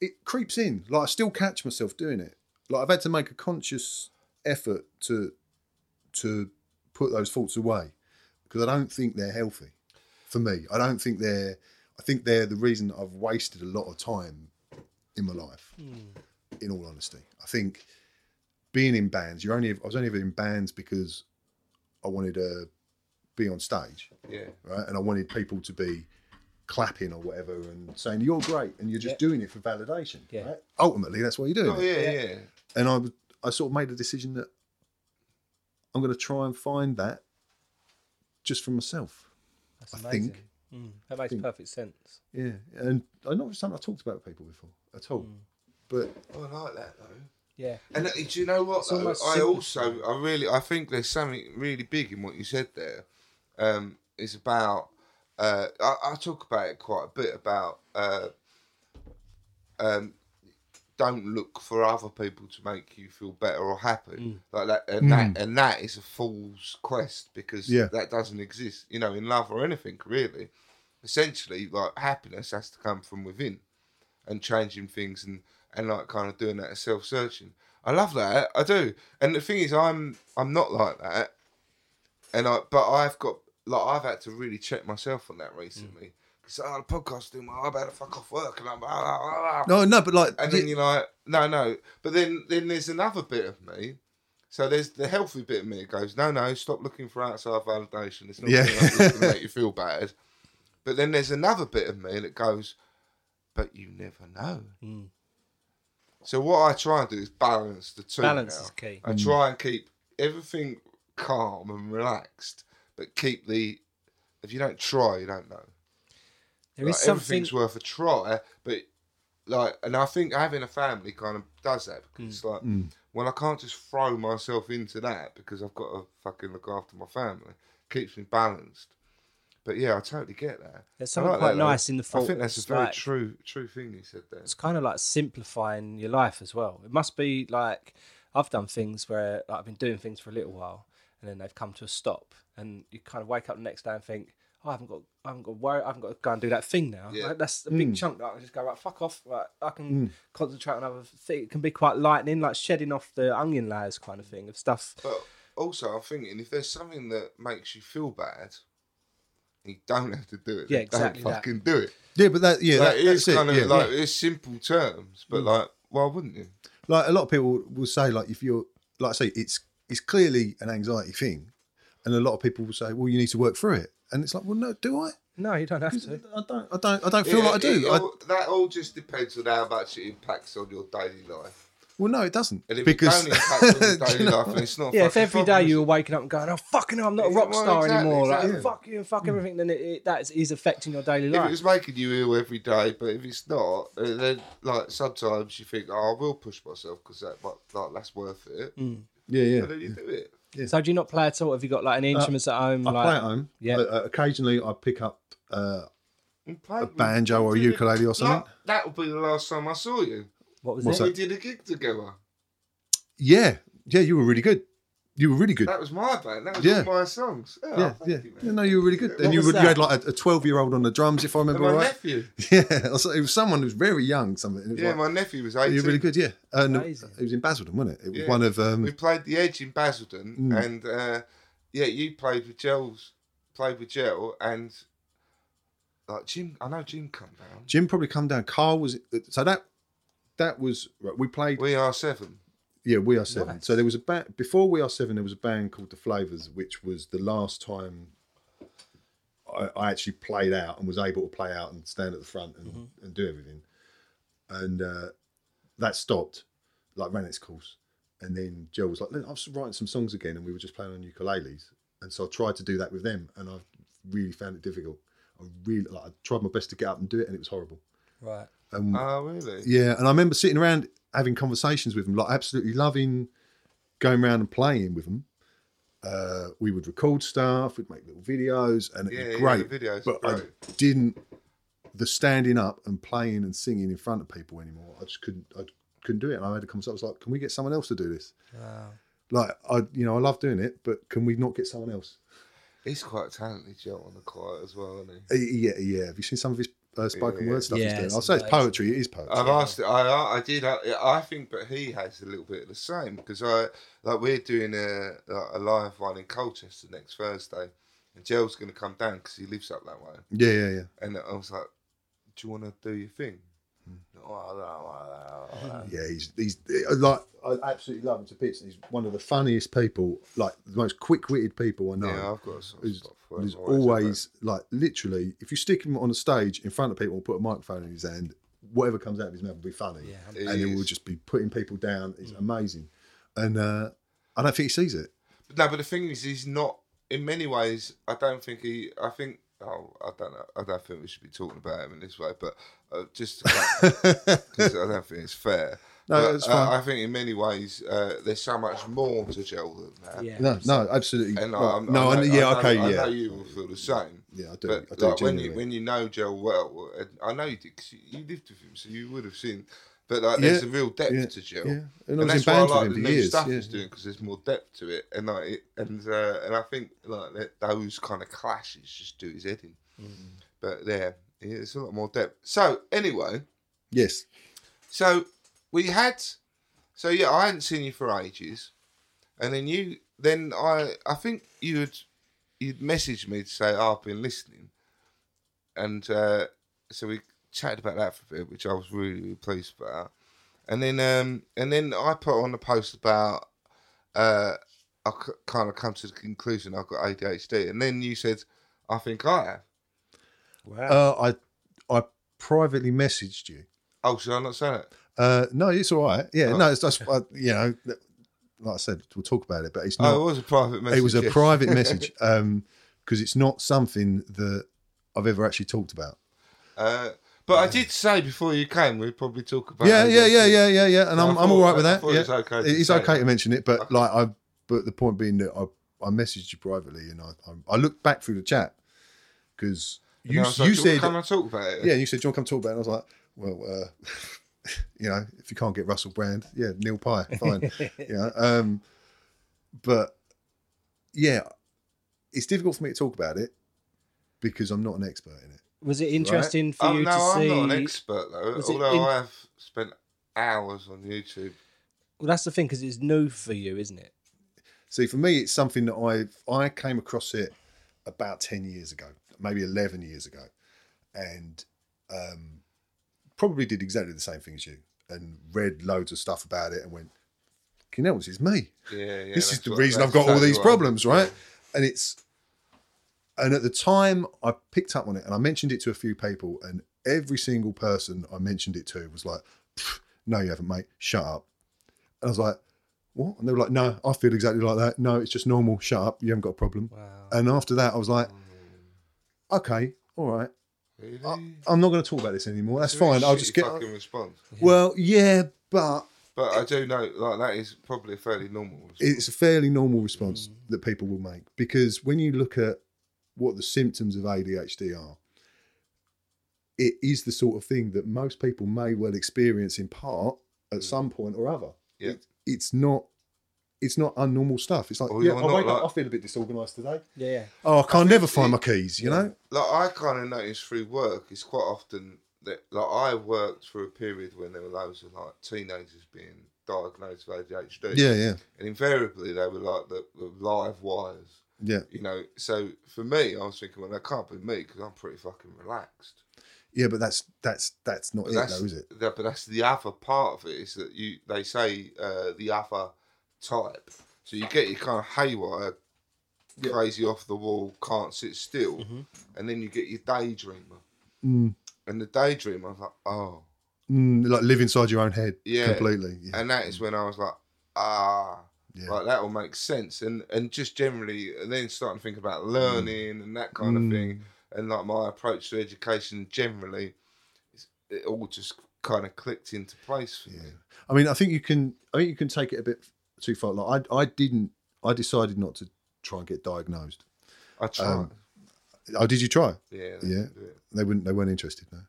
Speaker 4: it creeps in. Like, I still catch myself doing it. Like, I've had to make a conscious effort to, to put those thoughts away because I don't think they're healthy for me. I don't think they're, I think they're the reason I've wasted a lot of time in my life. In all honesty, I think being in bands, you're only, I was only ever in bands because I wanted to be on stage
Speaker 2: Yeah.
Speaker 4: right? And I wanted people to be clapping or whatever and saying you're great, and you're just doing it for validation.
Speaker 3: Yeah.
Speaker 4: Right? Ultimately, that's why you're doing
Speaker 2: Oh
Speaker 4: it.
Speaker 2: yeah, yeah.
Speaker 4: And I, was- I sort of made a decision that I'm going to try and find that just for myself.
Speaker 3: that's
Speaker 4: I
Speaker 3: amazing.
Speaker 4: think.
Speaker 3: Mm, that makes perfect sense.
Speaker 4: Yeah, and I know it's something I talked about with people before at all,
Speaker 2: Mm.
Speaker 4: but
Speaker 2: Oh, I like that though.
Speaker 3: Yeah,
Speaker 2: And uh, do you know what?
Speaker 3: It's
Speaker 2: Though?
Speaker 3: almost
Speaker 2: I
Speaker 3: simple.
Speaker 2: also, I really, I think there's something really big in what you said there. Um, it's about. Uh, I, I talk about it quite a bit about. Uh, um, don't look for other people to make you feel better or happy like that, and that, and that is a fool's quest because
Speaker 4: Yeah.
Speaker 2: that doesn't exist, you know, in love or anything really. Essentially, like happiness has to come from within, and changing things and and like kind of doing that self searching. I love that. I do. And the thing is, I'm I'm not like that, and I but I've got like I've had to really check myself on that recently. Because oh, the podcast doing well, I better fuck off work, and I'm ah, blah, blah, blah, blah.
Speaker 4: no, no, but like,
Speaker 2: And
Speaker 4: yeah,
Speaker 2: then you're like, no, no. But then then there's another bit of me. So there's the healthy bit of me that goes, no, no, stop looking for outside validation. It's not
Speaker 4: Yeah.
Speaker 3: (laughs)
Speaker 2: going to make you feel bad. But then there's another bit of me that goes, but you never know.
Speaker 3: Hmm.
Speaker 2: So what I try and do is balance the two.
Speaker 3: Balance
Speaker 2: now.
Speaker 3: is key. Hmm.
Speaker 2: I try and keep everything calm and relaxed, but keep the. If you don't try, you don't know.
Speaker 3: There is
Speaker 2: Like,
Speaker 3: something.
Speaker 2: everything's worth a try, but like, and I think having a family kind of does that because it's like,
Speaker 4: Mm.
Speaker 2: well, I can't just throw myself into that because I've got to fucking look after my family. Keeps me balanced. But yeah, I totally get that.
Speaker 3: There's
Speaker 2: I
Speaker 3: something
Speaker 2: like
Speaker 3: quite
Speaker 2: though.
Speaker 3: nice in the
Speaker 2: I
Speaker 3: thought
Speaker 2: think that's a
Speaker 3: that's
Speaker 2: very
Speaker 3: like-
Speaker 2: true true thing you said there.
Speaker 3: it's kind of like simplifying your life as well. It must be like I've done things where like, I've been doing things for a little while, and then they've come to a stop, and you kind of wake up the next day and think, oh, I haven't got, I haven't got to worry, I haven't got to go and do that thing now.
Speaker 2: Yeah.
Speaker 3: Like, that's a big chunk that I can just go right, fuck off. Right, I can concentrate on other things. It can be quite lightning, like shedding off the onion layers kind of thing of stuff.
Speaker 2: But also, I'm thinking if there's something that makes you feel bad, you don't have to do it.
Speaker 3: Yeah,
Speaker 2: Then
Speaker 3: exactly
Speaker 2: Don't
Speaker 3: that.
Speaker 2: fucking do it.
Speaker 4: yeah, but that, yeah,
Speaker 2: Like,
Speaker 4: that,
Speaker 2: it's
Speaker 4: that's it.
Speaker 2: kind of
Speaker 4: yeah.
Speaker 2: like it's simple terms,
Speaker 3: Mm.
Speaker 2: but like, why wouldn't you?
Speaker 4: like a lot of people will say like if you're like I say it's it's clearly an anxiety thing and a lot of people will say well you need to work through it and it's like well no do I
Speaker 3: No, you don't have to.
Speaker 4: I don't I don't I don't feel like I
Speaker 2: It-
Speaker 4: do
Speaker 2: it
Speaker 4: I,
Speaker 2: all- that all just depends on how much it impacts on your daily life.
Speaker 4: well no it doesn't
Speaker 2: And if
Speaker 4: because
Speaker 2: it
Speaker 4: (laughs)
Speaker 2: don't impact on your
Speaker 4: Do
Speaker 2: daily
Speaker 4: you know
Speaker 2: life,
Speaker 4: what?
Speaker 2: and it's not.
Speaker 3: Yeah, if
Speaker 2: fucking
Speaker 3: every day
Speaker 2: problem,
Speaker 3: you were
Speaker 2: is
Speaker 3: waking up and going, oh, fucking, hell, I'm not a
Speaker 2: Yeah,
Speaker 3: rock
Speaker 2: well,
Speaker 3: star
Speaker 2: exactly,
Speaker 3: anymore,
Speaker 2: exactly.
Speaker 3: like, fuck you and fuck everything, then it, it, that is affecting your daily
Speaker 2: it? if
Speaker 3: life.
Speaker 2: it's making you ill every day, but if it's not, uh, then like
Speaker 3: Mm.
Speaker 2: sometimes you think, oh, I will push myself because that, might- like, that's worth it.
Speaker 4: yeah yeah
Speaker 2: But then you do it.
Speaker 3: So do you not play at all? Have you got like
Speaker 2: Uh,
Speaker 3: any instruments at home?
Speaker 4: I
Speaker 3: like,
Speaker 4: play at home.
Speaker 3: Yeah.
Speaker 4: Uh, uh, occasionally, I pick up uh,
Speaker 2: We played
Speaker 4: a
Speaker 2: with-
Speaker 4: banjo or a
Speaker 2: Did we-
Speaker 4: ukulele or something.
Speaker 2: Like, that would be the last time I saw you.
Speaker 3: What was
Speaker 4: What's
Speaker 3: it?
Speaker 2: We
Speaker 4: that?
Speaker 2: did a gig together.
Speaker 4: Yeah, yeah, you were really good. You were really good.
Speaker 2: That was my band. That was
Speaker 4: Yeah.
Speaker 2: all my songs. Oh,
Speaker 4: yeah,
Speaker 2: thank
Speaker 4: yeah.
Speaker 2: you, man.
Speaker 4: yeah. No, you were really good. and you,
Speaker 3: was
Speaker 4: would, you had
Speaker 3: that?
Speaker 4: like a twelve-year-old on the drums, if I
Speaker 2: And
Speaker 4: remember
Speaker 2: my
Speaker 4: right.
Speaker 2: nephew.
Speaker 4: (laughs) Yeah, or so- it was someone who was very young. Something. It was
Speaker 2: Yeah,
Speaker 4: like-
Speaker 2: my nephew was 18.
Speaker 4: you were really good. Yeah, and
Speaker 3: Amazing.
Speaker 4: it was in Basildon, wasn't it? It was
Speaker 2: Yeah.
Speaker 4: one of um,
Speaker 2: We played the Edge in Basildon,
Speaker 4: Mm.
Speaker 2: and uh, yeah, you played with Gel's, played with Gel, and like Jim. I know Jim come down.
Speaker 4: Jim probably come down. Carl was uh, so that that was right, we played.
Speaker 2: We are seven.
Speaker 4: yeah, we are seven. So there was a band before we are seven. There was a band called the Flavors, which was the last time I, I actually played out and was able to play out and stand at the front and, and do everything. And uh, that stopped, like ran its course. And then Joe was like, "Look, "I was writing some songs again," and we were just playing on ukuleles. And so I tried to do that with them, and I really found it difficult. I really, like, I tried my best to get up and do it, and it was horrible.
Speaker 3: Right.
Speaker 4: And
Speaker 2: Oh, really?
Speaker 4: yeah, and I remember sitting around having conversations with them, like absolutely loving going around and playing with them. Uh, we would record stuff, we'd make little videos, and it
Speaker 2: Yeah,
Speaker 4: was
Speaker 2: yeah, the
Speaker 4: great.
Speaker 2: videos
Speaker 4: but
Speaker 2: are
Speaker 4: I didn't the standing up and playing and singing in front of people anymore. I just couldn't. I couldn't do it. And I had a conversation. I was like, "Can we get someone else to do this?" Like I, you know, I love doing it, but can we not get someone else?
Speaker 2: He's quite talented, Gel, on the choir as well, isn't he?
Speaker 4: Uh, Yeah, yeah. Have you seen some of his uh, spoken
Speaker 2: Yeah.
Speaker 4: word stuff he's
Speaker 3: Yeah,
Speaker 4: doing?
Speaker 3: it's
Speaker 4: I'll say it's
Speaker 3: amazing.
Speaker 4: poetry. It is poetry.
Speaker 2: I've asked. I I did. I, I think, but he has a little bit of the same because I like we're doing a like, a live one in Colchester next Thursday, and Gel's going to come down because he lives up that way.
Speaker 4: yeah, yeah, yeah.
Speaker 2: And I was like, "Do you want to do your thing?" Oh, no, no, no, no.
Speaker 4: Yeah, he's he's uh, like I absolutely love him to bits. He's one of the funniest people, like the most quick-witted people I know.
Speaker 2: Yeah, I've got a soft
Speaker 4: who's,
Speaker 2: spot for him,
Speaker 4: who's
Speaker 2: always,
Speaker 4: always like literally, if you stick him on a stage in front of people, put a microphone in his hand, whatever comes out of his mouth will be funny,
Speaker 2: He
Speaker 4: and he will
Speaker 2: is.
Speaker 4: just be putting people down. It's amazing, and uh, I don't think he
Speaker 2: (laughs)
Speaker 4: sees it.
Speaker 2: No, but the thing is, he's not. In many ways, I don't think he. I think. Oh, I don't know. I don't think we should be talking about him in this way, but uh, just because I don't think it's fair.
Speaker 4: (laughs) No,
Speaker 2: But,
Speaker 4: it's
Speaker 2: uh,
Speaker 4: fine.
Speaker 2: I think in many ways uh, there's so much more to Joel than that.
Speaker 3: Yeah.
Speaker 4: No, no, absolutely.
Speaker 2: And
Speaker 4: right.
Speaker 2: I'm,
Speaker 4: no,
Speaker 2: I
Speaker 4: I
Speaker 2: know,
Speaker 4: kn- yeah,
Speaker 2: I know,
Speaker 4: okay,
Speaker 2: I
Speaker 4: yeah.
Speaker 2: know you will feel the same.
Speaker 4: Yeah, I do.
Speaker 2: But
Speaker 4: I do
Speaker 2: like, when you
Speaker 4: genuinely.
Speaker 2: when you know Joel well, and I know you did 'cause you, you lived with him, so you would have seen. But like, there's a
Speaker 4: Yeah,
Speaker 2: real depth
Speaker 4: yeah,
Speaker 2: to Joel,
Speaker 4: yeah. And I was in
Speaker 2: that's why I
Speaker 4: bands with
Speaker 2: like
Speaker 4: him
Speaker 2: the
Speaker 4: for
Speaker 2: new
Speaker 4: years,
Speaker 2: stuff
Speaker 4: yeah.
Speaker 2: he's doing because there's more depth to it, and like, it, and uh, and I think like that, those kind of clashes just do his head in.
Speaker 4: Mm.
Speaker 2: But there, yeah, there's a lot more depth. So anyway,
Speaker 4: yes,
Speaker 2: so we had, so yeah, I hadn't seen you for ages, and then you, then I, I think you'd, you'd messaged me to say "Oh, I've been listening, and uh, so we chatted about that for a bit, which I was really, really pleased about, and then, um, and then I put on a post about, uh, I kind of come to the conclusion I've got ADHD, and then you said, I think I have.
Speaker 4: uh, I I privately messaged you.
Speaker 2: Oh, should I not say that?
Speaker 4: Uh, no, it's all right. Yeah,
Speaker 2: Oh.
Speaker 4: no, it's just uh, you know, th- like I said, we'll talk about it, but it's
Speaker 2: Oh, it
Speaker 4: not.
Speaker 2: was a private message.
Speaker 4: it was a
Speaker 2: yes. (laughs)
Speaker 4: private message because it's not something that I've ever actually talked about.
Speaker 2: Uh, but I did say before you came, we'd probably talk about.
Speaker 4: yeah,
Speaker 2: it.
Speaker 4: yeah, yeah, yeah, yeah, yeah. And
Speaker 2: So I
Speaker 4: I'm,
Speaker 2: thought-
Speaker 4: I'm all right with
Speaker 2: I
Speaker 4: that.
Speaker 2: thought it
Speaker 4: yeah.
Speaker 2: was okay to
Speaker 4: It is
Speaker 2: say
Speaker 4: okay
Speaker 2: that.
Speaker 4: to mention it, but like I, but the point being that I, I messaged you privately and I, I, I looked back through the chat because
Speaker 2: And
Speaker 4: you,
Speaker 2: I
Speaker 4: you
Speaker 2: was like, "Do
Speaker 4: said,
Speaker 2: want to come and talk about it.
Speaker 4: yeah, and you said, John, come talk about it. And I was like, well, uh, (laughs) you know, if you can't get Russell Brand, yeah, Neil Pye, fine. you know, um, but yeah, it's difficult for me to talk about it because I'm not an expert in it.
Speaker 3: Was it interesting for
Speaker 2: Oh,
Speaker 3: you
Speaker 2: no,
Speaker 3: to
Speaker 2: I'm
Speaker 3: see?
Speaker 2: not an expert though.
Speaker 3: Was it
Speaker 2: Although
Speaker 3: in-
Speaker 2: I have spent hours on YouTube.
Speaker 3: Well, that's the thing because it's new for you, isn't it?
Speaker 4: See, for me, it's something that I I came across it about ten years ago, maybe eleven years ago, and um, probably did exactly the same thing as you and read loads of stuff about it and went, you know, this is me.
Speaker 2: Yeah, yeah.
Speaker 4: this is
Speaker 2: that's
Speaker 4: the
Speaker 2: what-
Speaker 4: reason I've
Speaker 2: that's
Speaker 4: got all
Speaker 2: exactly
Speaker 4: these
Speaker 2: what I-
Speaker 4: problems, right? And it's and at the time I picked up on it and I mentioned it to a few people, and every single person I mentioned it to was like, "Pfft, "No, you haven't, mate. Shut up." And I was like, "What?" And they were like, "No, I feel exactly like that. No, it's just normal. Shut up. You haven't got a problem." And after that, I was like, "Okay, all right.
Speaker 2: Mm. Really?
Speaker 4: I, I'm not going to talk about this anymore. That's
Speaker 2: Really
Speaker 4: fine. I'll
Speaker 2: shitty
Speaker 4: just get."
Speaker 2: Fucking response.
Speaker 4: Well, yeah, but
Speaker 2: But I do know like that is probably fairly normal.
Speaker 4: it's a fairly normal response
Speaker 2: Mm.
Speaker 4: that people will make because when you look at what the symptoms of ADHD are, it is the sort of thing that most people may well experience in part at some point or other.
Speaker 2: Mm. Yeah.
Speaker 4: It- it's not. It's not unnormal stuff. It's like,
Speaker 2: Or
Speaker 4: yeah,
Speaker 2: you're
Speaker 4: I
Speaker 2: not
Speaker 4: wake up,
Speaker 2: like-
Speaker 4: I feel a bit disorganised today.
Speaker 3: Yeah, yeah.
Speaker 4: Oh, I can't never find my keys. You know,
Speaker 2: Like I kind of noticed through work, it's quite often that like I worked for a period when there were loads of like teenagers being diagnosed with ADHD.
Speaker 4: yeah, yeah,
Speaker 2: and invariably they were like the, the live wires.
Speaker 4: yeah,
Speaker 2: You know, so for me, I was thinking, well, that can't be me because I'm pretty fucking relaxed.
Speaker 4: yeah. But that's that's that's not
Speaker 2: But
Speaker 4: it,
Speaker 2: that's,
Speaker 4: though, is it?
Speaker 2: that- but that's the other part of it is that you they say uh, the other type. So you get your kind of haywire, crazy off the wall, can't sit still,
Speaker 4: Mm-hmm.
Speaker 2: and then you get your daydreamer. And the daydreamer, I was like, oh,
Speaker 4: Mm, like live inside your own head,
Speaker 2: Yeah.
Speaker 4: completely. Yeah.
Speaker 2: and that is when I was like, ah,
Speaker 4: Yeah.
Speaker 2: like that will make sense, and and just generally, and then starting to think about
Speaker 4: Mm.
Speaker 2: learning and that kind of thing, and like my approach to education generally, it all just kind of clicked into place for me.
Speaker 4: I mean, I think you can. I think you can take it a bit too far. Like I, I didn't. I decided not to try and get diagnosed.
Speaker 2: I tried,
Speaker 4: Um, Oh, did you try?
Speaker 2: yeah,
Speaker 4: yeah. They wouldn't. They weren't interested. No.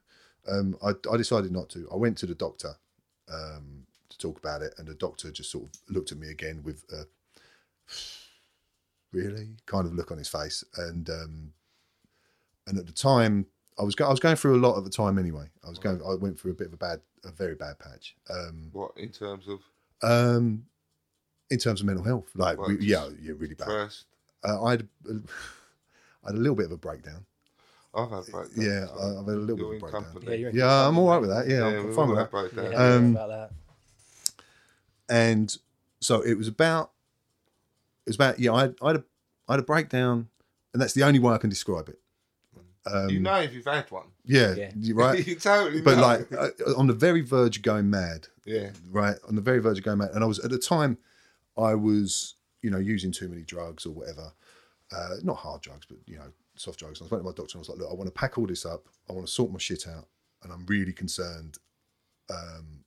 Speaker 4: Um, I, I decided not to. I went to the doctor um, to talk about it, and the doctor just sort of looked at me again with a really kind of look on his face, and um, and at the time I was go- I was going through a lot at the time anyway. I was going. I went through a bit of a bad, a very bad patch. Um,
Speaker 2: What in terms of
Speaker 4: um, in terms of mental health, like
Speaker 2: Well,
Speaker 4: we,
Speaker 2: just
Speaker 4: yeah, yeah, really bad.
Speaker 2: first?
Speaker 4: Uh, I had a, (laughs) I had a little bit of a breakdown.
Speaker 2: I've had breakdowns.
Speaker 4: Uh, Yeah,
Speaker 2: so
Speaker 4: I, I've had a little
Speaker 2: you're
Speaker 4: bit
Speaker 2: in
Speaker 4: of a breakdown.
Speaker 2: company.
Speaker 3: Yeah, you're in
Speaker 4: Yeah, I'm all right with that. Yeah,
Speaker 2: Yeah,
Speaker 4: I'm
Speaker 2: we've all
Speaker 4: fine with
Speaker 2: had
Speaker 4: that.
Speaker 2: breakdowns.
Speaker 3: Yeah,
Speaker 4: Uh, Um,
Speaker 3: about that.
Speaker 4: And so it was about it was about yeah. I had, I had a I had a breakdown, and that's the only way I can describe it. Um,
Speaker 2: you know if you've had one,
Speaker 4: yeah,
Speaker 3: Yeah.
Speaker 4: you- right.
Speaker 2: (laughs) you totally.
Speaker 4: but
Speaker 2: know.
Speaker 4: like uh, on the very verge of going mad,
Speaker 2: yeah,
Speaker 4: right on the very verge of going mad and i was at the time i was you know using too many drugs or whatever uh not hard drugs but you know soft drugs and i was went to my doctor and i was like look i want to pack all this up i want to sort my shit out and i'm really concerned um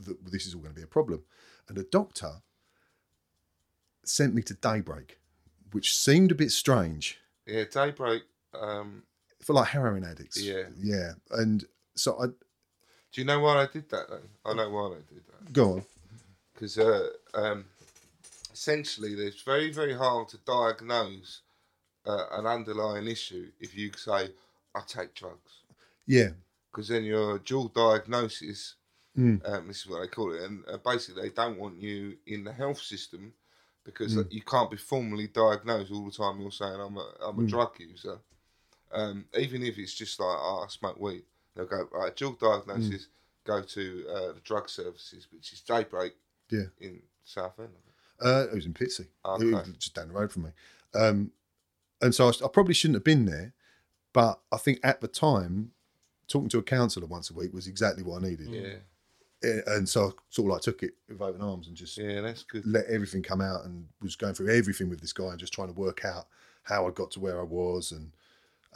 Speaker 4: that this is all going to be a problem and the doctor sent me to daybreak which seemed a bit strange
Speaker 2: yeah, daybreak. Um,
Speaker 4: for like heroin addicts
Speaker 2: Yeah.
Speaker 4: yeah and so i
Speaker 2: do you know why I did that? Then I know why I did that.
Speaker 4: go on
Speaker 2: because uh, um, essentially it's very very hard to diagnose uh, an underlying issue if you say I take drugs
Speaker 4: yeah
Speaker 2: because then your dual diagnosis
Speaker 4: Mm.
Speaker 2: um, this is what they call it and uh, basically they don't want you in the health system because
Speaker 4: Hmm.
Speaker 2: uh, you can't be formally diagnosed all the time you're saying I'm a,
Speaker 4: Hmm.
Speaker 2: I'm a drug user um, even if it's just like oh, I smoke weed they'll go right dual
Speaker 4: Hmm.
Speaker 2: diagnosis go to uh, the drug services which is daybreak
Speaker 4: yeah
Speaker 2: in South End.
Speaker 4: Uh, it was in Pitsy.
Speaker 2: Ah, Okay.
Speaker 4: It was just down the road from me. Um, and so I, s- I probably shouldn't have been there, but I think at the time, talking to a counsellor once a week was exactly what I needed.
Speaker 2: Yeah,
Speaker 4: Eh, And so I sort of like took it with open arms and just
Speaker 2: yeah, that's good.
Speaker 4: let everything come out and was going through everything with this guy and just trying to work out how I got to where I was and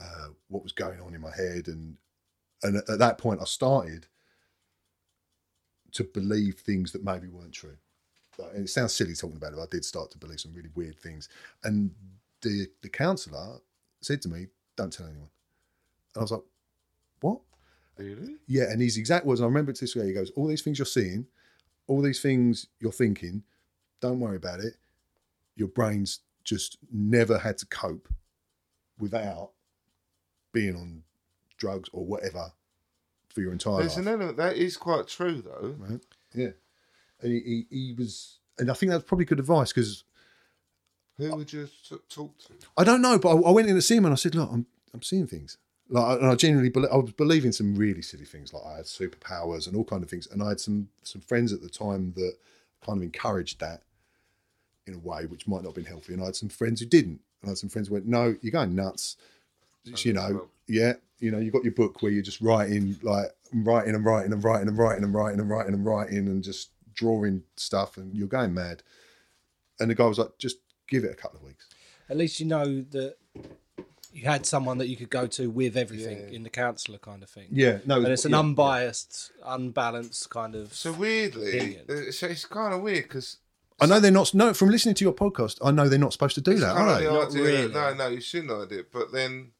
Speaker 4: uh, what was going on in my head and and at that point I started to believe things that maybe weren't true. Like, and it sounds silly talking about it, but I did start to believe some really weird things. And the the counsellor said to me, "Don't tell anyone." And I was like, "What?"
Speaker 2: Really?
Speaker 4: Yeah, and his exact words, and I remember it to this day, he goes, All these things you're seeing, all these things you're thinking, don't worry about it. Your brain's just never had to cope without being on drugs or whatever for your entire
Speaker 2: There's
Speaker 4: life.
Speaker 2: an element that is quite true though.
Speaker 4: right? Yeah. And he, he, he was, and I think that was probably good advice because
Speaker 2: Who would you t- talk to?
Speaker 4: I don't know, but I, I went in to see him and I said, Look, I'm, I'm seeing things. Like, and I genuinely, believe, I was believing some really silly things, like I had superpowers and all kind of things. And I had some some friends at the time that kind of encouraged that in a way, which might not have been healthy. And I had some friends who didn't. And I had some friends who went, "No, you're going nuts." you know, yeah, you know, you got your book where you're just writing, like writing and writing and writing and writing and writing and writing and writing and just drawing stuff, and you're going mad. And the guy was like, "Just give it a couple of weeks."
Speaker 3: At least you know that you had someone that you could go to with everything in the counsellor kind of thing.
Speaker 4: Yeah, no,
Speaker 3: and it's an
Speaker 4: yeah,
Speaker 3: unbiased, unbalanced kind of.
Speaker 2: So weirdly,
Speaker 3: Brilliant.
Speaker 2: uh, so it's kind of weird because
Speaker 4: I know they're not. No, from listening to your podcast, I know they're not supposed to do that,
Speaker 2: I
Speaker 4: are
Speaker 2: like
Speaker 4: they?
Speaker 2: the
Speaker 3: Not
Speaker 2: idea
Speaker 3: really.
Speaker 2: that, no, no, you shouldn't hide it. But then,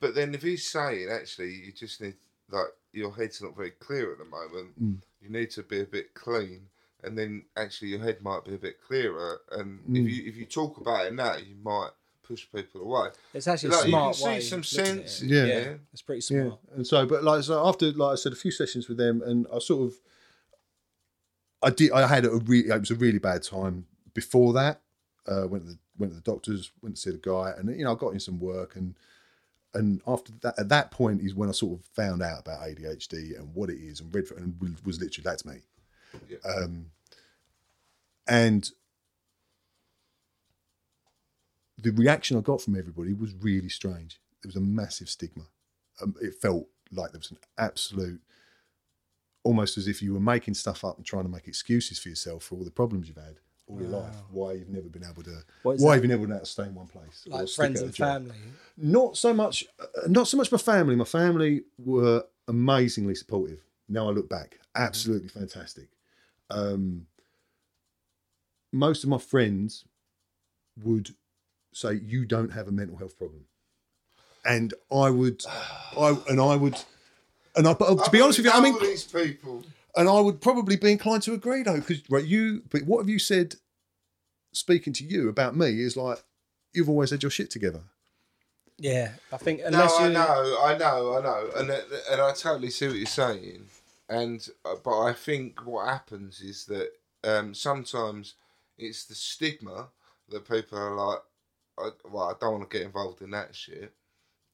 Speaker 2: but then, if he's saying actually, you just need like your head's not very clear at the moment.
Speaker 4: Mm.
Speaker 2: You need to be a bit clean, and then actually your head might be a bit clearer. And
Speaker 4: Mm.
Speaker 2: if you if you talk about it now, you might push people away.
Speaker 3: it's actually
Speaker 2: Like,
Speaker 3: a smart
Speaker 2: you can
Speaker 3: way
Speaker 2: see some
Speaker 3: of looking at
Speaker 2: sense.
Speaker 3: it.
Speaker 2: in
Speaker 4: Yeah.
Speaker 3: Yeah,
Speaker 2: there.
Speaker 3: it's pretty
Speaker 4: Yeah,
Speaker 3: smart.
Speaker 4: and so, but like, so after, like I said, a few sessions with them, and I sort of, I did, I had a really, it was a really bad time before that. Uh, went to the went to the doctors, went to see the guy, and you know, I got in some work, and and after that, at that point is when I sort of found out about ADHD and what it is, and read for, and was- was literally that's me.
Speaker 2: Yeah.
Speaker 4: Um, and the reaction I got from everybody was really strange. There was a massive stigma. Um, it felt like there was an absolute, almost as if you were making stuff up and trying to make excuses for yourself for all the problems you've had all your life. Why you've never been able to,
Speaker 3: What is
Speaker 4: why
Speaker 3: that?
Speaker 4: you've never been able to stay in one place, or
Speaker 3: Like
Speaker 4: stick
Speaker 3: friends
Speaker 4: at a
Speaker 3: and
Speaker 4: job.
Speaker 3: family.
Speaker 4: Not so much, uh, not so much my family. My family were amazingly supportive. Now I look back, absolutely fantastic. Um, most of my friends would say you don't have a mental health problem, and I would, I and I would, and I. But to be honest with you, I mean,
Speaker 2: all these people.
Speaker 4: and I would probably be inclined to agree though, because right, you. But what have you said? Speaking to you about me is like you've always had your shit together.
Speaker 3: Yeah, I think
Speaker 2: No,
Speaker 3: unless
Speaker 2: I
Speaker 3: you
Speaker 2: know, I know, I know, and that- and I totally see what you're saying, and uh, but I think what happens is that um, sometimes it's the stigma that people are like, I, well, I don't want to get involved in that shit,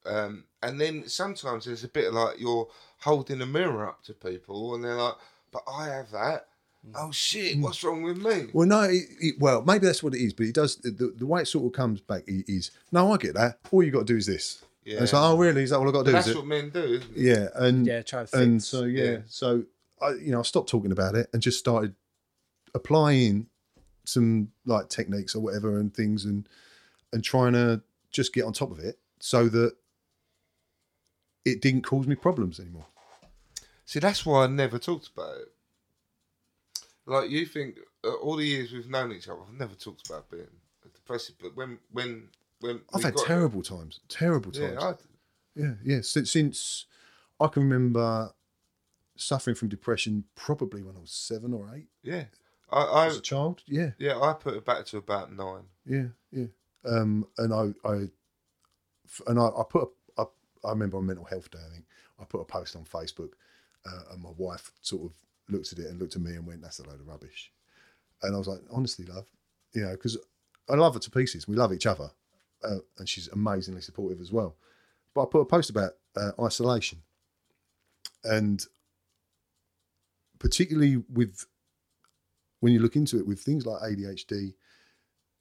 Speaker 2: um, and then sometimes there's a bit like you're holding a mirror up to people, and they're like, but I have that.
Speaker 4: Mm.
Speaker 2: Oh shit! What's wrong with me?
Speaker 4: Well, no, it, it, well maybe that's what it is, but it does. The, the way it sort of comes back i- is no, I get that. All you got to do is this. Yeah. And it's like, oh, really? Is that all I got to do?
Speaker 2: That's
Speaker 4: is it?
Speaker 2: what men do. Isn't it?
Speaker 4: yeah, and
Speaker 3: Yeah, try and
Speaker 4: and
Speaker 3: fix.
Speaker 4: so yeah,
Speaker 2: Yeah.
Speaker 4: so I you know I stopped talking about it and just started applying some like techniques or whatever and things and and trying to just get on top of it so that it didn't cause me problems anymore.
Speaker 2: See, that's why I never talked about it. Like you think uh, all the years we've known each other, I've never talked about being depressive. But when when when
Speaker 4: I've
Speaker 2: we
Speaker 4: had
Speaker 2: got-
Speaker 4: terrible times, terrible times.
Speaker 2: Yeah, I,
Speaker 4: Yeah, yeah. Since, since I can remember suffering from depression, probably when I was seven or eight
Speaker 2: yeah, I, I
Speaker 4: as a child. Yeah,
Speaker 2: yeah, I put it back to about nine.
Speaker 4: yeah, yeah. Um, and I, I, f- and I, I put, a, I, I remember on Mental Health Day, I think I put a post on Facebook, uh, and my wife sort of looked at it and looked at me and went, "That's a load of rubbish," and I was like, "Honestly, love, you know, because I love her to pieces. We love each other, uh, and she's amazingly supportive as well." But I put a post about uh, isolation, and particularly with when you look into it with things like ADHD,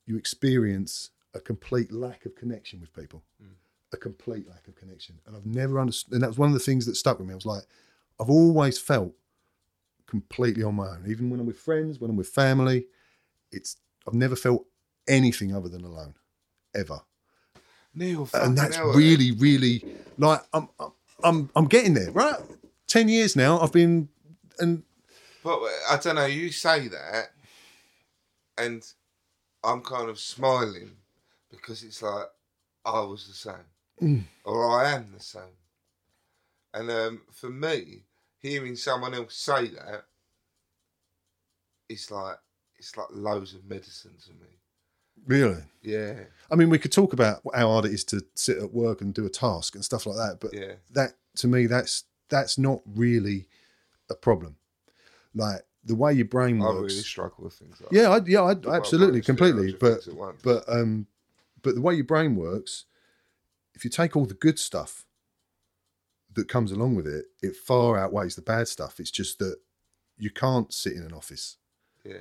Speaker 4: you experience a complete lack of connection with people, a complete lack of connection. And I've never understood, and that was one of the things that stuck with me. I was like, I've always felt completely on my own, even when I'm with friends, when I'm with family. It's I've never felt anything other than alone, ever.
Speaker 2: Neil, fucking
Speaker 4: And that's
Speaker 2: hell,
Speaker 4: really, really like I'm, I'm, I'm, I'm getting there. Right, ten years now. I've been, and
Speaker 2: But I don't know. You say that, and I'm kind of smiling because it's like I was the same,
Speaker 4: Mm.
Speaker 2: or I am the same. And um, for me, hearing someone else say that, it's like it's like loads of medicine to me.
Speaker 4: really,
Speaker 2: Yeah,
Speaker 4: I mean, we could talk about how hard it is to sit at work and do a task and stuff like that, but
Speaker 2: Yeah.
Speaker 4: that to me, that's that's not really a problem. Like the way your brain
Speaker 2: I
Speaker 4: works.
Speaker 2: really struggle with things like
Speaker 4: yeah, I, yeah, I,
Speaker 2: that.
Speaker 4: absolutely,
Speaker 2: Well, honestly,
Speaker 4: completely.
Speaker 2: I just
Speaker 4: But
Speaker 2: fix it once.
Speaker 4: but um, but the way your brain works, if you take all the good stuff that comes along with it, it far outweighs the bad stuff. It's just that you can't sit in an office.
Speaker 2: yeah,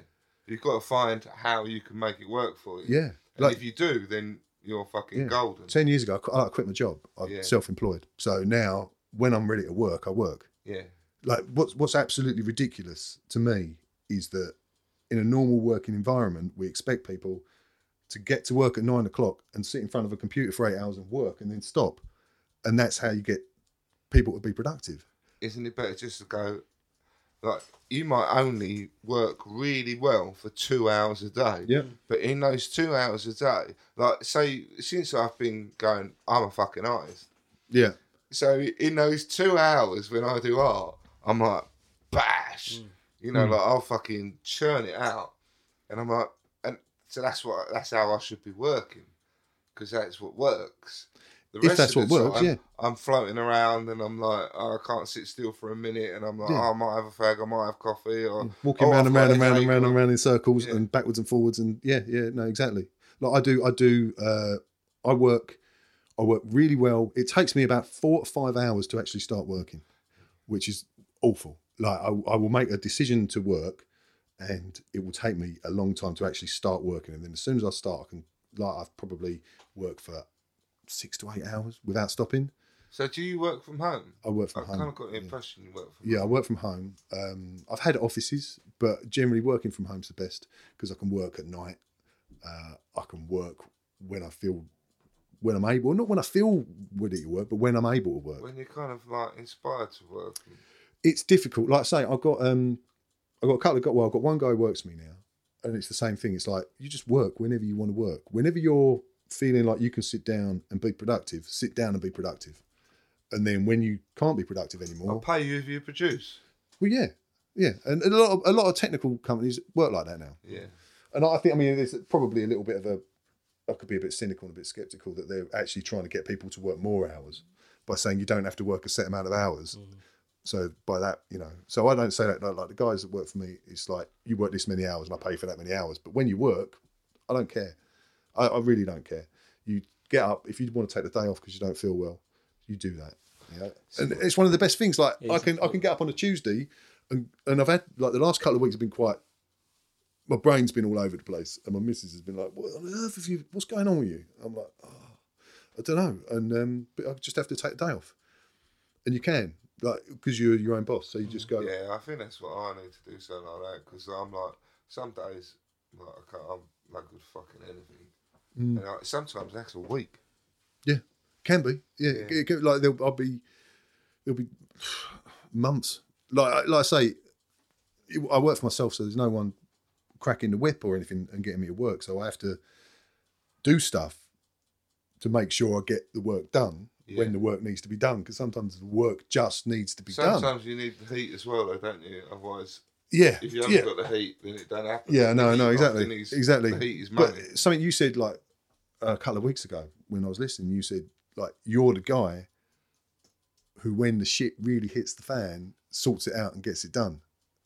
Speaker 2: you've got to find how you can make it work for you.
Speaker 4: Yeah,
Speaker 2: and if you do, then you're fucking
Speaker 4: Yeah.
Speaker 2: golden.
Speaker 4: Ten years ago, I qu- I quit my job. I'm
Speaker 2: Yeah.
Speaker 4: self-employed, so now when I'm ready to work, I work.
Speaker 2: yeah.
Speaker 4: Like what's what's absolutely ridiculous to me is that in a normal working environment, we expect people to get to work at nine o'clock and sit in front of a computer for eight hours and work and then stop. And that's how you get people to be productive.
Speaker 2: Isn't it better just to go? Like you might only work really well for two hours a day.
Speaker 4: Yeah.
Speaker 2: But in those two hours a day, like say since I've been going, I'm a fucking artist.
Speaker 4: Yeah.
Speaker 2: So in those two hours when I do art, I'm like, bash.
Speaker 4: Mm.
Speaker 2: You know, like I'll fucking churn it out, and I'm like, and so that's what that's how I should be working, because that's what works. The
Speaker 4: If that's what works,
Speaker 2: time,
Speaker 4: yeah.
Speaker 2: I'm floating around and I'm like, oh, I can't sit still for a minute, and I'm like,
Speaker 4: Yeah. Mm,
Speaker 2: oh, I might have a fag, I might have coffee, or
Speaker 4: walking
Speaker 2: oh,
Speaker 4: round
Speaker 2: I've
Speaker 4: and
Speaker 2: got a
Speaker 4: round and round and
Speaker 2: headache,
Speaker 4: round and
Speaker 2: or-
Speaker 4: round in circles
Speaker 2: Yeah.
Speaker 4: and backwards and forwards and yeah, yeah, no, exactly. Like I do, I do. Uh, I work, I work really well. It takes me about four or five hours to actually start working, which is awful. Like I, I will make a decision to work, and it will take me a long time to actually start working. And then as soon as I start, I can like I've probably worked for six to eight hours without stopping.
Speaker 2: So do you work from home?
Speaker 4: I work
Speaker 2: I
Speaker 4: from home.
Speaker 2: kind of got the
Speaker 4: yeah.
Speaker 2: impression you work from.
Speaker 4: Yeah, I work from home. Um, I've had offices, but generally working from home's the best because I can work at night. Uh, I can work when I feel when I'm able, not when I feel ready to work, but when I'm able to work.
Speaker 2: When you're kind of like inspired to work,
Speaker 4: It's difficult. Like I say, I've got um, I've got a couple of got well, I've got one guy who works for me now, and it's the same thing. It's like you just work whenever you want to work. Whenever you're feeling like you can sit down and be productive, sit down and be productive. And then when you can't be productive anymore,
Speaker 2: I'll pay you if you produce.
Speaker 4: Well, yeah, yeah, and a lot of a lot of technical companies work like that now.
Speaker 2: Yeah.
Speaker 4: And I think I mean there's probably a little bit of a I could be a bit cynical and a bit skeptical that they're actually trying to get people to work more hours by saying you don't have to work a set amount of hours. So by that, you know, so I don't say that like, like the guys that work for me. It's like you work this many hours and I pay for that many hours. But when you work, I don't care. I, I really don't care. You get up if you want to take the day off because you don't feel well. You do that. You know? And it's one of the best things. Like I can I can get up on a Tuesday, and and I've had like the last couple of weeks have been quite. My brain's been all over the place, and my missus has been like, "What on earth have you? What's going on with you?" I'm like, oh, "I don't know," and um, but I just have to take the day off, and you can like because you're your own boss, so you just go,
Speaker 2: Yeah, I think that's what I need to do something like that because I'm like some days like I can't, I'm no good at fucking anything, and like, sometimes that's a week.
Speaker 4: Yeah, can be. Yeah, It can- like there'll I'll be there'll be (sighs) months. Like like I say, it- I work for myself, so there's no one cracking the whip or anything and getting me to work. So I have to do stuff to make sure I get the work done
Speaker 2: Yeah.
Speaker 4: when the work needs to be done. Because sometimes the work just needs to be done.
Speaker 2: Sometimes you need the heat as well, though, don't you? Otherwise,
Speaker 4: Yeah,
Speaker 2: if you haven't
Speaker 4: yeah.
Speaker 2: got the heat, then it don't happen.
Speaker 4: Yeah, no,
Speaker 2: The
Speaker 4: no,
Speaker 2: heat
Speaker 4: exactly,
Speaker 2: often is-
Speaker 4: exactly.
Speaker 2: The heat is money.
Speaker 4: but something you said like a couple of weeks ago when I was listening, you said like you're the guy who, when the shit really hits the fan, sorts it out and gets it done,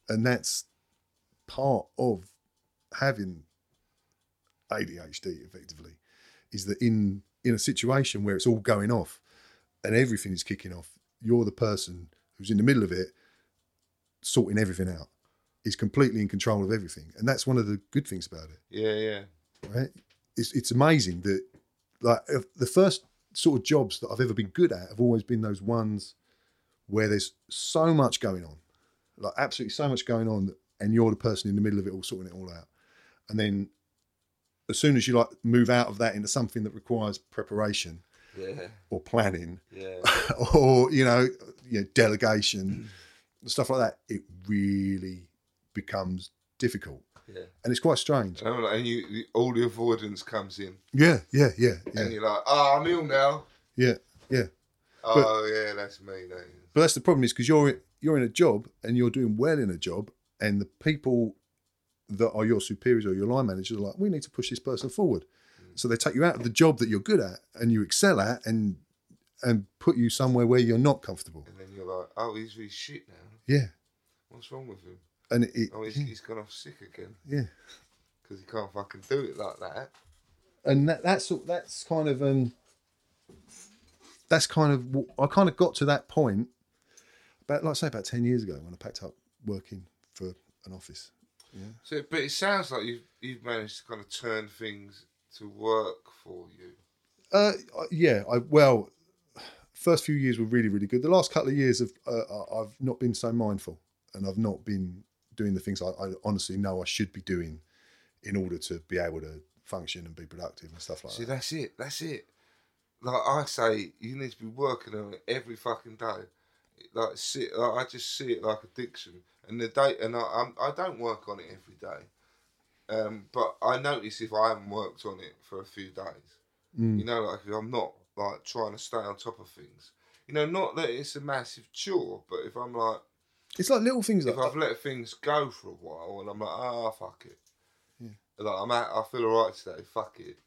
Speaker 4: and that's part of having ADHD effectively is that in in a situation where it's all going off and everything is kicking off, you're the person who's in the middle of it sorting everything out. Is completely in control of everything, and that's one of the good things about it
Speaker 2: yeah, yeah,
Speaker 4: right? It's it's amazing that like if the first sort of jobs that I've ever been good at have always been those ones where there's so much going on, like absolutely so much going on, and you're the person in the middle of it all sorting it all out, and then as soon as you like move out of that into something that requires preparation
Speaker 2: yeah,
Speaker 4: or planning
Speaker 2: yeah.
Speaker 4: (laughs) or you know, you know
Speaker 2: (clears throat)
Speaker 4: delegation stuff like that, it really becomes difficult,
Speaker 2: Yeah.
Speaker 4: and it's quite strange.
Speaker 2: And, I'm like, and you, you- all the avoidance comes in,
Speaker 4: Yeah, yeah, yeah, yeah,
Speaker 2: and you're like, oh, I'm ill now.
Speaker 4: yeah, yeah.
Speaker 2: Oh, yeah, that's me. That is.
Speaker 4: But that's the problem is because you're you're in a job and you're doing well in a job, and the people that are your superiors or your line managers are like, we need to push this person forward.
Speaker 2: Mm.
Speaker 4: So they take you out of the job that you're good at and you excel at, and and put you somewhere where you're not comfortable.
Speaker 2: And then you're like, oh, he's really shit now.
Speaker 4: Yeah,
Speaker 2: What's wrong with him?
Speaker 4: and it
Speaker 2: Oh, he's, he's gone off sick again
Speaker 4: yeah,
Speaker 2: because he can't fucking do it like that.
Speaker 4: and that, that's all- that's kind of um that's kind of w- I kind of got to that point about like I say about ten years ago when I packed up working for an office.
Speaker 2: So, but it sounds like you've you've managed to kind of turn things to work for you.
Speaker 4: Uh, yeah. I well, first few years were really really good. The last couple of years have uh, I- I've not been so mindful, and I've not been doing the things I, I honestly know I should be doing in order to be able to function and be productive and stuff like
Speaker 2: See,
Speaker 4: that.
Speaker 2: that's it. That's it. Like I say, you need to be working on it every fucking day. Like, see, like I just see it like addiction. And the day, and I, I'm, I don't work on it every day. Um, but I notice if I haven't worked on it for a few days, you know, like if I'm not like trying to stay on top of things, you know, not that it's a massive chore, but if I'm like,
Speaker 4: It's like little things like
Speaker 2: if I've let things go for a while and I'm like, ah, fuck it. Like I'm out, I feel alright today, fuck it.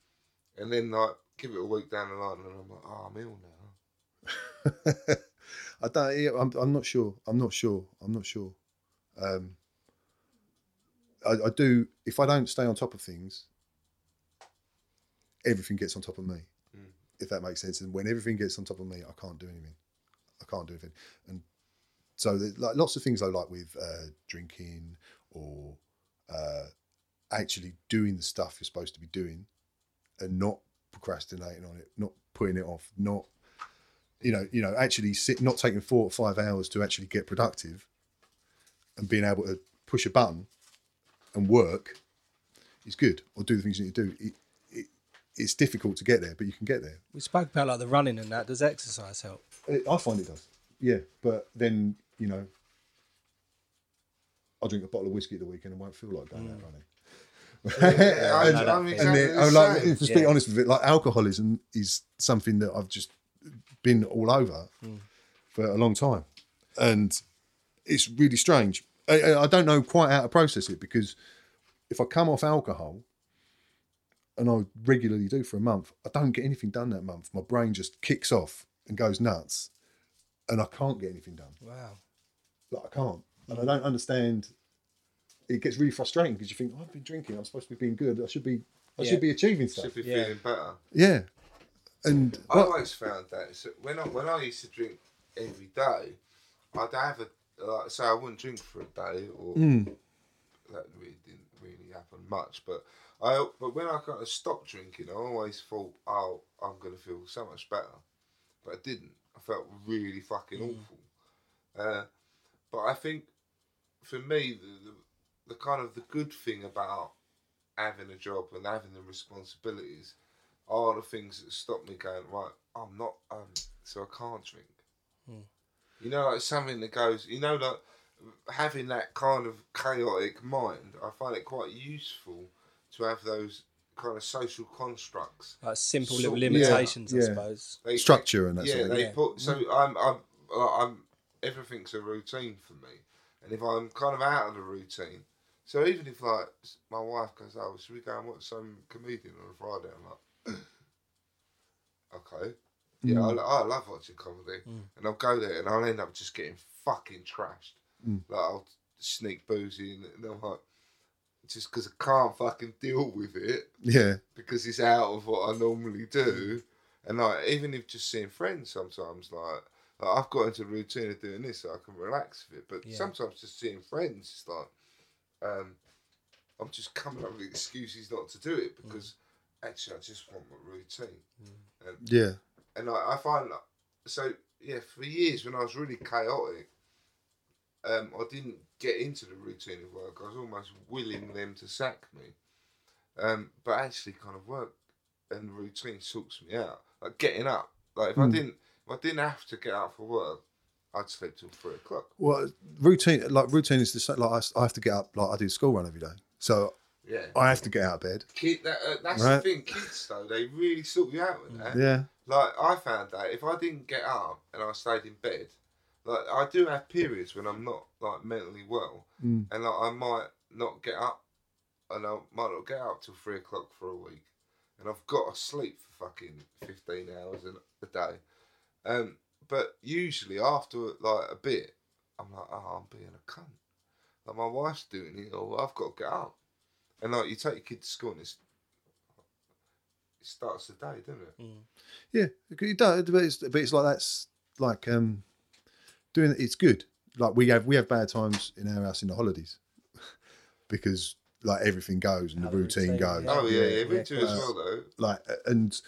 Speaker 2: And then like give it a week down the line and I'm like, oh, I'm ill now.
Speaker 4: (laughs) I don't. yeah, I'm, I'm not sure. I'm not sure. I'm not sure. Um, I, I do. If I don't stay on top of things, everything gets on top of me. If that makes sense. And when everything gets on top of me, I can't do anything. I can't do anything. And so, there's, like lots of things I like with uh, drinking or uh, actually doing the stuff you're supposed to be doing, and not procrastinating on it, not putting it off, not you know, you know, actually sit, not taking four or five hours to actually get productive, and being able to push a button and work is good, or do the things you need to do. It, it, it's difficult to get there, but you can get there.
Speaker 3: We spoke about like the running and that. Does exercise help?
Speaker 4: It, I find it does. Yeah, but then you know, I'll drink a bottle of whiskey at the weekend and won't feel like going out running. (laughs)
Speaker 2: I,
Speaker 4: and,
Speaker 2: am
Speaker 4: and
Speaker 2: exactly
Speaker 4: then,
Speaker 2: the
Speaker 4: I'm like,
Speaker 2: same.
Speaker 4: if to be honest with it, like alcoholism is something that I've just been all over for a long time, and it's really strange. I- I, I don't know quite how to process it because if I come off alcohol, and I regularly do for a month, I don't get anything done that month. My brain just kicks off and goes nuts, and I can't get anything done.
Speaker 3: Wow.
Speaker 4: Like I can't, and I don't understand. It gets really frustrating because you think "Oh, I've been drinking. I'm supposed to be being good. I should be. I
Speaker 3: Yeah.
Speaker 4: should be achieving stuff.
Speaker 2: Should be
Speaker 3: Yeah.
Speaker 2: feeling better.
Speaker 4: Yeah, and
Speaker 2: I always found that so when I when I used to drink every day, I'd have a like say I wouldn't drink for a day or that really didn't really happen much. But I but when I kind of stopped drinking, I always thought, oh, I'm gonna feel so much better, but I didn't. I felt really fucking awful. Uh, but I think for me, the, the the kind of the good thing about having a job and having the responsibilities are the things that stop me going right. I'm not, um, so I can't drink. You know, like something that goes. You know, like having that kind of chaotic mind. I find it quite useful to have those kind of social constructs.
Speaker 3: Like simple
Speaker 2: So-
Speaker 3: little
Speaker 2: yeah,
Speaker 3: limitations, I
Speaker 4: yeah.
Speaker 3: suppose.
Speaker 2: They-
Speaker 4: Structure and that
Speaker 2: yeah,
Speaker 4: sort of Mm-hmm.
Speaker 2: they
Speaker 3: thing.
Speaker 2: put. So I'm, I'm, like, I'm. Everything's a routine for me, and if I'm kind of out of the routine, so even if like s- my wife goes, "Oh, should we go and watch some comedian on a Friday?" I'm like, (clears throat) "Okay." Yeah,
Speaker 4: Mm.
Speaker 2: I, lo- I love watching comedy, and I'll go there, and I'll end up just getting fucking trashed.
Speaker 4: Mm.
Speaker 2: Like I'll sneak booze in, and I'm like, just because I can't fucking deal with it
Speaker 4: yeah,
Speaker 2: because it's out of what I normally do. And like even if just seeing friends sometimes, like, like I've got into the routine of doing this so I can relax with it. But
Speaker 3: Yeah.
Speaker 2: sometimes just seeing friends, it's like, um, I'm just coming up with excuses not to do it because actually I just want my routine.
Speaker 4: yeah,
Speaker 2: And I, I find that so yeah, for years when I was really chaotic, um, I didn't get into the routine of work. I was almost willing them to sack me. Um, but actually, kind of work and routine sorts me out. Like getting up. Like if I didn't, if I didn't have to get up for work, I'd sleep till three o'clock.
Speaker 4: Well, routine like routine is the same. Like I s- I, have to get up. Like I do school run every day, so
Speaker 2: Yeah.
Speaker 4: I have to get out of bed.
Speaker 2: Kid, that, uh, that's
Speaker 4: Right. Hmm.
Speaker 2: the thing. Kids though, they really sort you out with that.
Speaker 4: Yeah,
Speaker 2: Like I found that if I didn't get up and I stayed in bed, like I do have periods when I'm not like mentally well, and like I might not get up, and I might not get up till three o'clock for a week, and I've got to sleep for fucking fifteen hours a- a day, um. But usually after like a bit, I'm like, oh, I'm being a cunt. Like my wife's doing it, or I've got to get up, and like you take your kid to school and it's, it starts the day, doesn't it?
Speaker 4: yeah. It does, but it's but it's like that's like um doing it's good. Like we have we have bad times in our house in the holidays (laughs) because like everything goes and the routine,
Speaker 3: routine,
Speaker 4: goes.
Speaker 2: Oh yeah, yeah, me
Speaker 3: yeah,
Speaker 2: too as well though.
Speaker 4: like and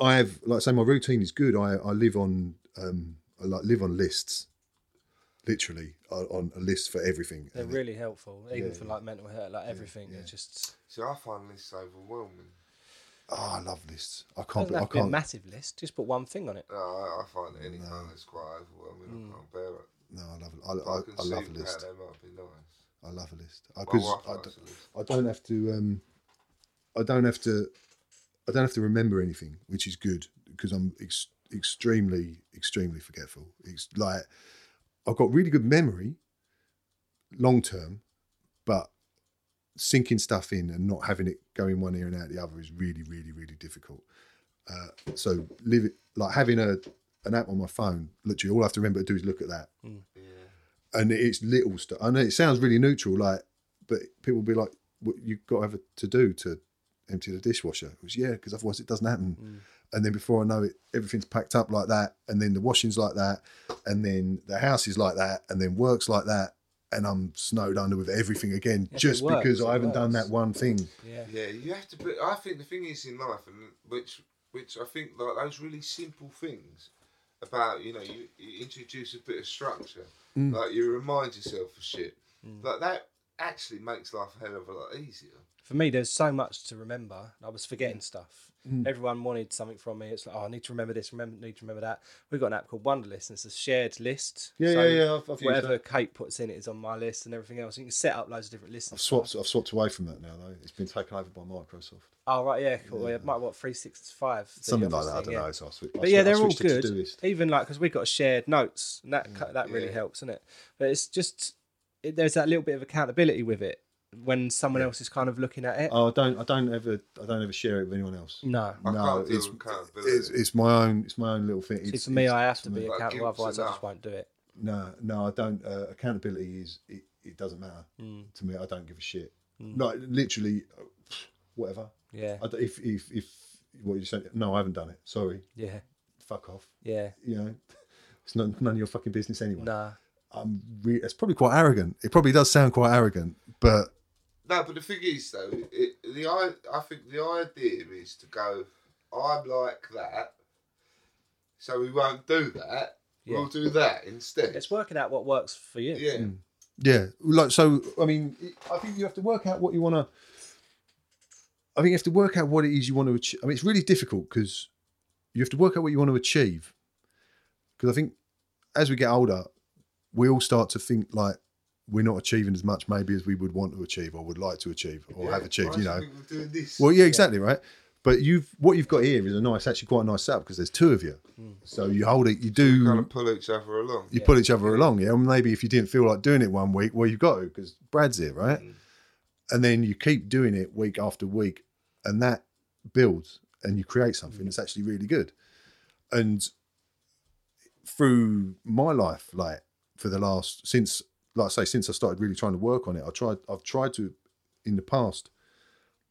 Speaker 4: I have like I say my routine is good. I I live on um I like live on lists. literally are on a list for everything.
Speaker 3: They're
Speaker 4: And it-
Speaker 3: really helpful, even for like mental health, like everything. They're just
Speaker 2: See, I find this overwhelming.
Speaker 4: oh, I love lists. I can't.
Speaker 3: doesn't
Speaker 4: Be, I
Speaker 3: have to be a
Speaker 4: can't.
Speaker 3: massive list. Just put one thing on it.
Speaker 2: No, I, I find anything that's quite overwhelming. I can't bear it.
Speaker 4: no, I love. I, I,
Speaker 2: I
Speaker 4: I,
Speaker 2: can
Speaker 4: love a
Speaker 2: see how
Speaker 4: list.
Speaker 2: they might be nice.
Speaker 4: I love a list.
Speaker 2: My
Speaker 4: Because
Speaker 2: wife
Speaker 4: I,
Speaker 2: likes
Speaker 4: don't-
Speaker 2: a list.
Speaker 4: I don't have to. Um, I don't have to. I don't have to remember anything, which is good because I'm ex- extremely, extremely forgetful. It's like I've got really good memory, long term, but sinking stuff in and not having it go in one ear and out the other is really, really, really difficult. Uh, so live it like having a an app on my phone. Literally, all I have to remember to do is look at that
Speaker 3: Hmm.
Speaker 4: and it's little stuff. I know it sounds really neutral, like, but people will be like, "What you've got to have a to do to empty the dishwasher?" It was yeah, because otherwise it doesn't happen.
Speaker 3: Hmm.
Speaker 4: And then before I know it, everything's packed up like that, and then the washing's like that, and then the house is like that, and then work's like that, and I'm snowed under with everything again
Speaker 3: Yes, it
Speaker 4: just
Speaker 3: works,
Speaker 4: because
Speaker 3: it
Speaker 4: I haven't done
Speaker 3: works.
Speaker 4: that one thing.
Speaker 3: Yeah.
Speaker 2: Yeah, you have to. Put, I think the thing is in life, and which which I think like those really simple things about you know you, you introduce a bit of structure, like you remind yourself of shit, like that actually makes life a hell of a lot easier.
Speaker 3: For me, there's so much to remember. I was
Speaker 4: Mm.
Speaker 3: forgetting stuff. Everyone wanted something from me. It's like, oh, I need to remember this. Remember, need to remember that. We've got an app called Wonderlist, and it's a shared list.
Speaker 4: Yeah, yeah, yeah, I've- I've used
Speaker 3: whatever Kate puts in it is on my list, and everything else. You can set up loads of different lists. and
Speaker 4: I've
Speaker 3: stuff.
Speaker 4: swapped. I've swapped away from that now though. It's been taken over by Microsoft.
Speaker 3: Oh right, yeah, cool. Yeah, might what three six five.
Speaker 4: Something like that. I don't know. So I swi- I
Speaker 3: But
Speaker 4: swi-
Speaker 3: yeah,
Speaker 4: I
Speaker 3: they're all
Speaker 4: switched it to
Speaker 3: good.
Speaker 4: Todoist.
Speaker 3: Even like because we've got shared notes, and that cu- that really
Speaker 2: Mm, Yeah.
Speaker 3: helps, isn't it? But it's just it, there's that little bit of accountability with it when someone else is kind of looking at it.
Speaker 4: Oh, I don't. I don't ever. I don't ever share it with anyone else.
Speaker 3: No,
Speaker 2: Um, I
Speaker 4: No,
Speaker 2: can't deal
Speaker 4: it's-
Speaker 2: with accountability.
Speaker 4: it's, it's my own it's my own little thing.
Speaker 3: see
Speaker 4: It's,
Speaker 3: for me,
Speaker 4: it's-
Speaker 3: I have to be
Speaker 4: it's
Speaker 2: Like,
Speaker 3: accountable,
Speaker 2: guilt's
Speaker 3: otherwise I
Speaker 2: enough.
Speaker 3: just won't do it.
Speaker 4: my- No, no, I don't. Uh, accountability is it, it doesn't matter
Speaker 3: Mm.
Speaker 4: to me. I don't give a shit. Like literally, uh, whatever.
Speaker 3: Yeah,
Speaker 4: I d if if if what you saying? No, I haven't done it. Sorry,
Speaker 3: yeah,
Speaker 4: fuck off.
Speaker 3: yeah.
Speaker 4: You know, (laughs) it's not, none of your fucking business anyway.
Speaker 3: Nah,
Speaker 4: I'm. Re- it's probably quite arrogant. It probably does sound quite arrogant, but
Speaker 2: No, but the thing is, though, it, the I I think the idea is to go. I'm like that, so we won't do that. We'll
Speaker 3: Yeah.
Speaker 2: do that instead.
Speaker 3: it's working out what works for you.
Speaker 2: yeah,
Speaker 4: Yeah, like so. I mean, I think you have to work out what you want to. I think you have to work out what it is you want to achieve. I mean, it's really difficult because you have to work out what you want to achieve. Because I think as we get older, we all start to think like we're not achieving as much maybe as we would want to achieve or would like to achieve or have achieved.
Speaker 2: Why
Speaker 4: You
Speaker 2: should
Speaker 4: know,
Speaker 2: we be doing this?
Speaker 4: well, yeah, exactly right. But you've what you've got here is a nice, actually quite a nice setup because there's two of you. So you hold it, you do
Speaker 2: kind of pull each other along.
Speaker 4: you pull each other along. Yeah, and maybe if you didn't feel like doing it one week, well, you've got to because Brad's here, right? And then you keep doing it week after week, and that builds and you create something that's actually really good. And through my life, like for the last since, like I say, since I started really trying to work on it, I tried. I've tried to in the past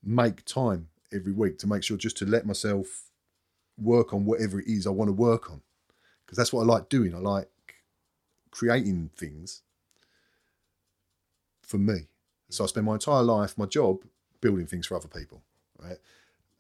Speaker 4: make time every week to make sure just to let myself work on whatever it is I want to work on because that's what I like doing. I like creating things for me. So I spend my entire life, my job, building things for other people, right?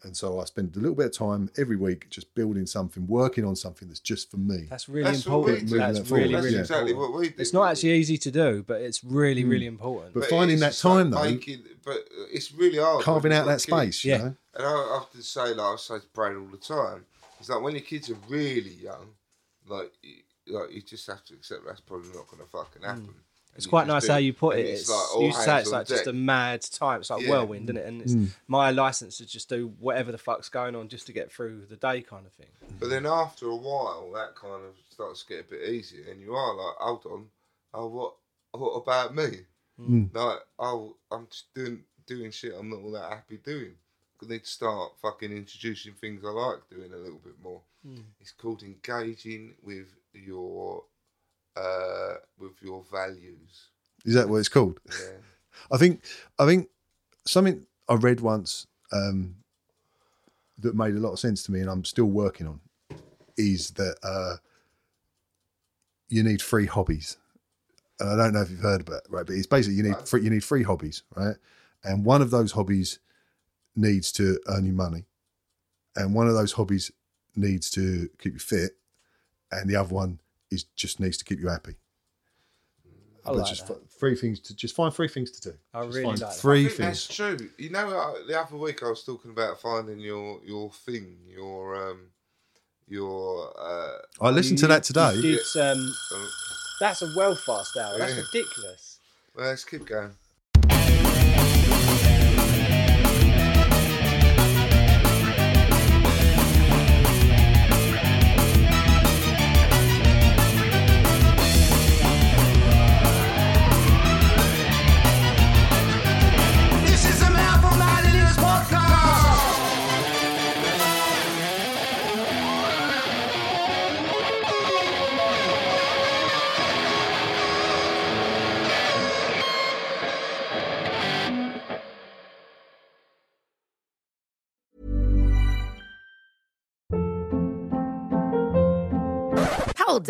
Speaker 4: And so I spend a little bit of time every week just building something, working on something that's just for me.
Speaker 3: That's really
Speaker 2: That's what we
Speaker 3: important.
Speaker 2: do.
Speaker 3: That's
Speaker 4: That's
Speaker 3: really,
Speaker 4: what-
Speaker 3: really
Speaker 4: that's
Speaker 2: exactly
Speaker 3: important.
Speaker 2: what we do. Mm.
Speaker 3: It's not actually easy to do, but it's really, really important.
Speaker 4: But
Speaker 2: it
Speaker 4: finding
Speaker 2: is
Speaker 4: that
Speaker 2: just like
Speaker 4: time, though-
Speaker 2: making, but it's really hard
Speaker 4: Carving
Speaker 2: when
Speaker 4: out that
Speaker 2: you've got kids.
Speaker 4: space, yeah.
Speaker 3: Yeah.
Speaker 4: you know?
Speaker 2: And I often say, like I say to Brad all the time, it's like when your kids are really young, like you, like you just have to accept that's probably not going to fucking happen. And
Speaker 3: Hmm. It's
Speaker 2: you
Speaker 3: quite
Speaker 2: just
Speaker 3: nice
Speaker 2: do
Speaker 3: how you put
Speaker 2: And
Speaker 3: it.
Speaker 2: It's
Speaker 3: It's
Speaker 2: like all
Speaker 3: you say
Speaker 2: hands
Speaker 3: it's
Speaker 2: on
Speaker 3: like just a
Speaker 2: deck.
Speaker 3: mad time. It's like
Speaker 2: Yeah.
Speaker 3: whirlwind, isn't it? And it's my license to just do whatever the fuck's going on just to get through the day, kind of thing.
Speaker 2: But then after a while, that kind of starts to get a bit easier, and you are like, hold on, oh what, what about me? Like, oh, I'm just doing doing shit I'm not all that happy doing. I need to start fucking introducing things I like doing a little bit more. It's called engaging with your uh with your values.
Speaker 4: Is that what it's called?
Speaker 2: Yeah.
Speaker 4: I think I think something I read once um, that made a lot of sense to me, and I'm still working on, is that uh, you need free hobbies. And I don't know if you've heard about right, but it's basically you need free, you need free hobbies, right? And one of those hobbies needs to earn you money, and one of those hobbies needs to keep you fit, and the other one is just needs to keep you happy.
Speaker 3: I like
Speaker 4: just
Speaker 3: that.
Speaker 4: f- three things to just find three things to do.
Speaker 3: I
Speaker 4: Just
Speaker 3: really
Speaker 4: find
Speaker 3: like that.
Speaker 4: three
Speaker 2: I think that's
Speaker 4: things.
Speaker 2: true. You know, uh, the other week I was talking about finding your your thing, your um, your uh,
Speaker 4: I listened to that today.
Speaker 3: You did, um, that's a well fast hour. That's ridiculous.
Speaker 2: well, let's keep going.
Speaker 6: This is a Mouthful Nine
Speaker 2: er,
Speaker 6: and News podcast.
Speaker 1: Hold